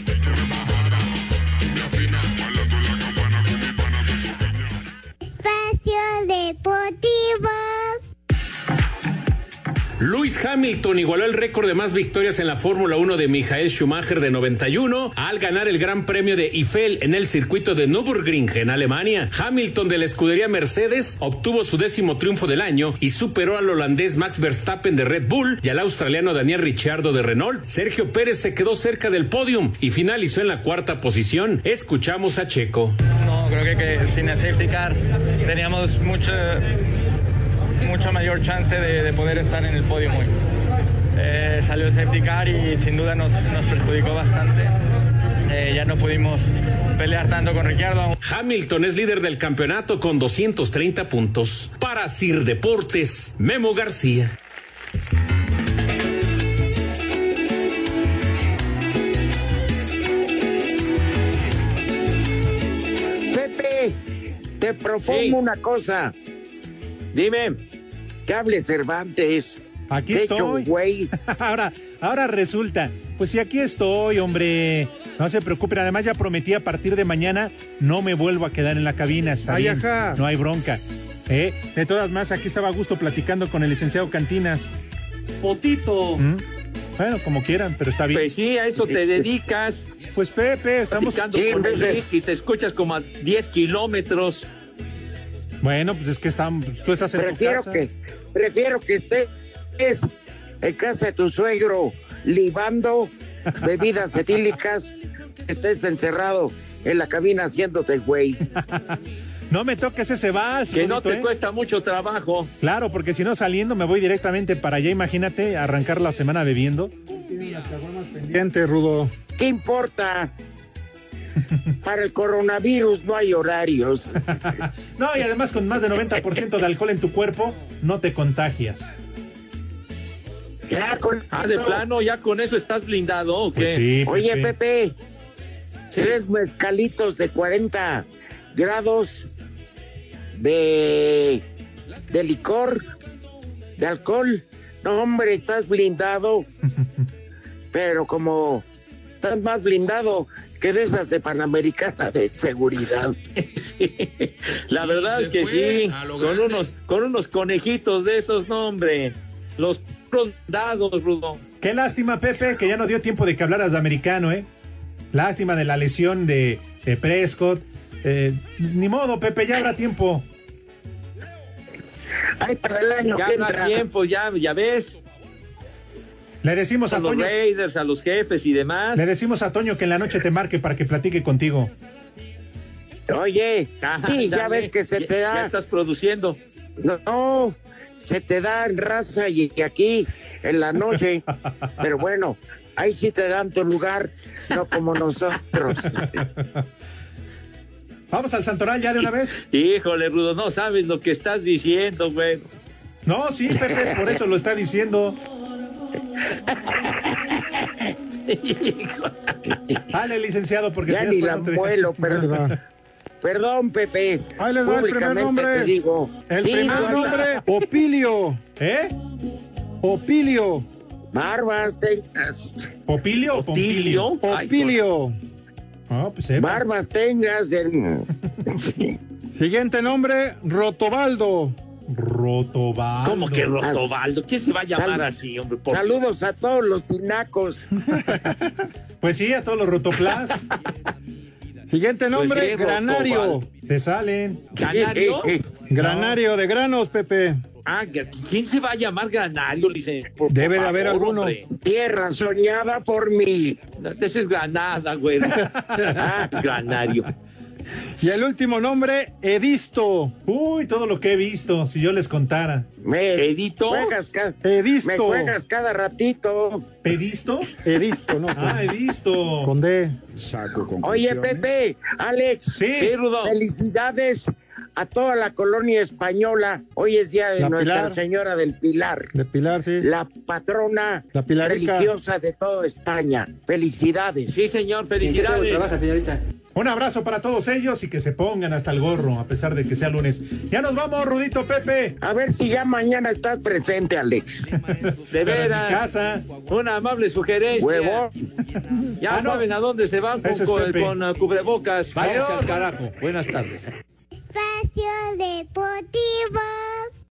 [SPEAKER 10] Espacio Deportivo.
[SPEAKER 2] Lewis Hamilton igualó el récord de más victorias en la Fórmula 1 de Michael Schumacher de 91 al ganar el Gran Premio de Eiffel en el circuito de Nürburgring en Alemania. Hamilton de la escudería Mercedes obtuvo su décimo triunfo del año y superó al holandés Max Verstappen de Red Bull y al australiano Daniel Ricciardo de Renault. Sergio Pérez se quedó cerca del podium y finalizó en la cuarta posición. Escuchamos a Checo.
[SPEAKER 24] No, creo que, que sin el safety car teníamos mucha, mucha mayor chance de, de poder estar en el podio hoy. Eh, salió el safety car y sin duda nos, nos perjudicó bastante. Eh, ya no pudimos pelear tanto con Ricciardo.
[SPEAKER 2] Hamilton es líder del campeonato con 230 puntos. Para Sir Deportes, Memo García.
[SPEAKER 5] Pepe, te propongo una cosa.
[SPEAKER 8] Dime.
[SPEAKER 5] Que hable Cervantes.
[SPEAKER 3] Aquí
[SPEAKER 5] Se echa
[SPEAKER 3] estoy.
[SPEAKER 5] un güey.
[SPEAKER 3] ahora, ahora resulta. Pues sí, aquí estoy, hombre. No se preocupen. Además, ya prometí a partir de mañana no me vuelvo a quedar en la cabina. Está
[SPEAKER 22] Ay,
[SPEAKER 3] bien.
[SPEAKER 22] ajá.
[SPEAKER 3] No hay bronca. Eh, De todas más, aquí estaba a gusto platicando con el licenciado Cantinas.
[SPEAKER 8] Potito.
[SPEAKER 3] Bueno, como quieran, pero está bien.
[SPEAKER 8] Pues sí, a eso te dedicas.
[SPEAKER 3] Pues Pepe, estamos
[SPEAKER 8] Platicando
[SPEAKER 3] Sí,
[SPEAKER 8] con
[SPEAKER 3] pues,
[SPEAKER 8] el
[SPEAKER 3] es-
[SPEAKER 8] Rick y te escuchas como a 10 kilómetros.
[SPEAKER 3] Bueno, pues es que están, pues, tú estás en
[SPEAKER 5] Prefiero
[SPEAKER 3] tu casa.
[SPEAKER 5] que, prefiero que estés en casa de tu suegro libando bebidas etílicas, estés encerrado en la cabina haciéndote güey.
[SPEAKER 3] No me toques ese vals.
[SPEAKER 8] Que no
[SPEAKER 3] bonito,
[SPEAKER 8] te
[SPEAKER 3] ¿eh?
[SPEAKER 8] cuesta mucho trabajo.
[SPEAKER 3] Claro, porque si no saliendo me voy directamente para allá. Imagínate arrancar la semana bebiendo.
[SPEAKER 22] Pendiente, Rudo.
[SPEAKER 5] ¿Qué importa? Para el coronavirus no hay horarios.
[SPEAKER 3] No, y además con más de 90% de alcohol en tu cuerpo, no te contagias.
[SPEAKER 5] Ya con
[SPEAKER 8] Ah, de
[SPEAKER 5] eso-
[SPEAKER 8] plano, ya con eso estás blindado, ¿o
[SPEAKER 3] Pues
[SPEAKER 5] Pues
[SPEAKER 8] qué?
[SPEAKER 5] Oye, Pepe, tres mezcalitos de 40 grados de, de licor, de alcohol. No, hombre, estás blindado. Pero como estás más blindado que de esas de Panamericana de seguridad.
[SPEAKER 8] La verdad
[SPEAKER 5] se
[SPEAKER 8] que
[SPEAKER 5] fue
[SPEAKER 8] sí,
[SPEAKER 5] a lo
[SPEAKER 8] con unos, con unos conejitos de esos, no, hombre. Los prondados, Rudo.
[SPEAKER 3] Qué lástima, Pepe, que ya no dio tiempo de que hablaras de americano, ¿eh? Lástima de la lesión de, de Prescott. Eh, ni modo, Pepe, ya habrá tiempo.
[SPEAKER 5] Ay, para el año
[SPEAKER 8] Ya
[SPEAKER 5] que
[SPEAKER 8] habrá
[SPEAKER 5] entra.
[SPEAKER 8] tiempo, ya, ya ves.
[SPEAKER 3] Le decimos
[SPEAKER 8] A
[SPEAKER 3] a
[SPEAKER 8] los
[SPEAKER 3] Toño,
[SPEAKER 8] Raiders, a los jefes y demás.
[SPEAKER 3] le decimos a Toño que en la noche te marque para que platique contigo.
[SPEAKER 5] Oye,
[SPEAKER 8] Ah,
[SPEAKER 5] sí, ya
[SPEAKER 8] dale.
[SPEAKER 5] ves que se
[SPEAKER 8] Ya-
[SPEAKER 5] te
[SPEAKER 8] Ya
[SPEAKER 5] da.
[SPEAKER 8] estás produciendo.
[SPEAKER 5] No, no, se te da en raza y, y aquí en la noche. Pero bueno, ahí sí te dan tu lugar, no como nosotros.
[SPEAKER 3] Vamos al Santoral ya de una vez.
[SPEAKER 8] Híjole, Rudo, no sabes lo que estás diciendo, güey.
[SPEAKER 3] No, sí, Pepe, por eso lo está diciendo. Dale, licenciado, porque
[SPEAKER 5] ya
[SPEAKER 3] si no,
[SPEAKER 5] ni
[SPEAKER 3] después
[SPEAKER 5] la
[SPEAKER 3] no te-
[SPEAKER 5] vuelo,
[SPEAKER 22] Ahí
[SPEAKER 5] perdón. Perdón, Pepe.
[SPEAKER 22] Ahí les va el primer
[SPEAKER 5] Públicamente
[SPEAKER 22] nombre.
[SPEAKER 5] te digo.
[SPEAKER 22] El
[SPEAKER 5] Sí,
[SPEAKER 22] primer
[SPEAKER 5] Juan,
[SPEAKER 22] nombre, Opilio.
[SPEAKER 3] ¿Eh?
[SPEAKER 22] Opilio.
[SPEAKER 5] Barbas, tengas.
[SPEAKER 3] ¿Popilio o Pompilio?
[SPEAKER 22] Opilio.
[SPEAKER 3] Ah, pues eh,
[SPEAKER 5] Barbas, tengas. el-
[SPEAKER 22] Siguiente nombre, Rotobaldo.
[SPEAKER 3] Rotobaldo.
[SPEAKER 8] ¿Cómo que Rotobaldo? ¿Quién se va a llamar así, hombre? Por-
[SPEAKER 5] Saludos a todos los tinacos.
[SPEAKER 3] Pues sí, a todos los rotoplas
[SPEAKER 22] Siguiente nombre,
[SPEAKER 8] Pues sí,
[SPEAKER 22] Granario.
[SPEAKER 8] Rotobaldo.
[SPEAKER 3] te salen.
[SPEAKER 8] ¿Granario?
[SPEAKER 22] Granario de granos, Pepe.
[SPEAKER 8] Ah, gra- ¿quién se va a llamar Granario? Lice- por- por
[SPEAKER 22] Debe de haber
[SPEAKER 8] favor,
[SPEAKER 22] alguno.
[SPEAKER 8] hombre?
[SPEAKER 5] Tierra soñada por mí.
[SPEAKER 8] No, Ese es Granada, güey. Ah, Granario.
[SPEAKER 22] Y el último nombre, Edisto.
[SPEAKER 3] Uy, todo lo que he visto, si yo les contara.
[SPEAKER 5] Me
[SPEAKER 8] Edito.
[SPEAKER 5] juegas, ca-
[SPEAKER 22] Edisto.
[SPEAKER 5] me juegas cada ratito.
[SPEAKER 3] ¿Pedisto?
[SPEAKER 22] Edisto, no.
[SPEAKER 3] Ah, he
[SPEAKER 22] Con,
[SPEAKER 3] visto.
[SPEAKER 22] con D.
[SPEAKER 17] Saco
[SPEAKER 5] Oye,
[SPEAKER 17] conclusiones.
[SPEAKER 5] Pepe, Alex,
[SPEAKER 8] Sí, Rudo.
[SPEAKER 5] felicidades a toda la colonia española. Hoy es día de
[SPEAKER 22] La
[SPEAKER 5] Nuestra
[SPEAKER 22] Pilar.
[SPEAKER 5] Señora del Pilar,
[SPEAKER 22] De Pilar, sí.
[SPEAKER 5] la patrona
[SPEAKER 22] La Pilarica.
[SPEAKER 5] religiosa de toda España. Felicidades.
[SPEAKER 8] Sí, señor, felicidades.
[SPEAKER 3] Un abrazo para todos ellos y que se pongan hasta el gorro, a pesar de que sea lunes. Ya nos vamos, Rudito Pepe.
[SPEAKER 5] A ver si ya mañana estás presente, Alex.
[SPEAKER 8] De
[SPEAKER 3] Pero en mi
[SPEAKER 8] veras.
[SPEAKER 3] casa.
[SPEAKER 8] Una amable sugerencia.
[SPEAKER 5] Huevo.
[SPEAKER 8] Ya
[SPEAKER 3] Ah, no.
[SPEAKER 8] saben a dónde se van con,
[SPEAKER 3] Ese es
[SPEAKER 8] con-
[SPEAKER 3] Pepe.
[SPEAKER 8] con, uh, cubrebocas.
[SPEAKER 3] Vaya.
[SPEAKER 8] Váyanse al carajo. Buenas tardes.
[SPEAKER 10] Espacio Deportivo.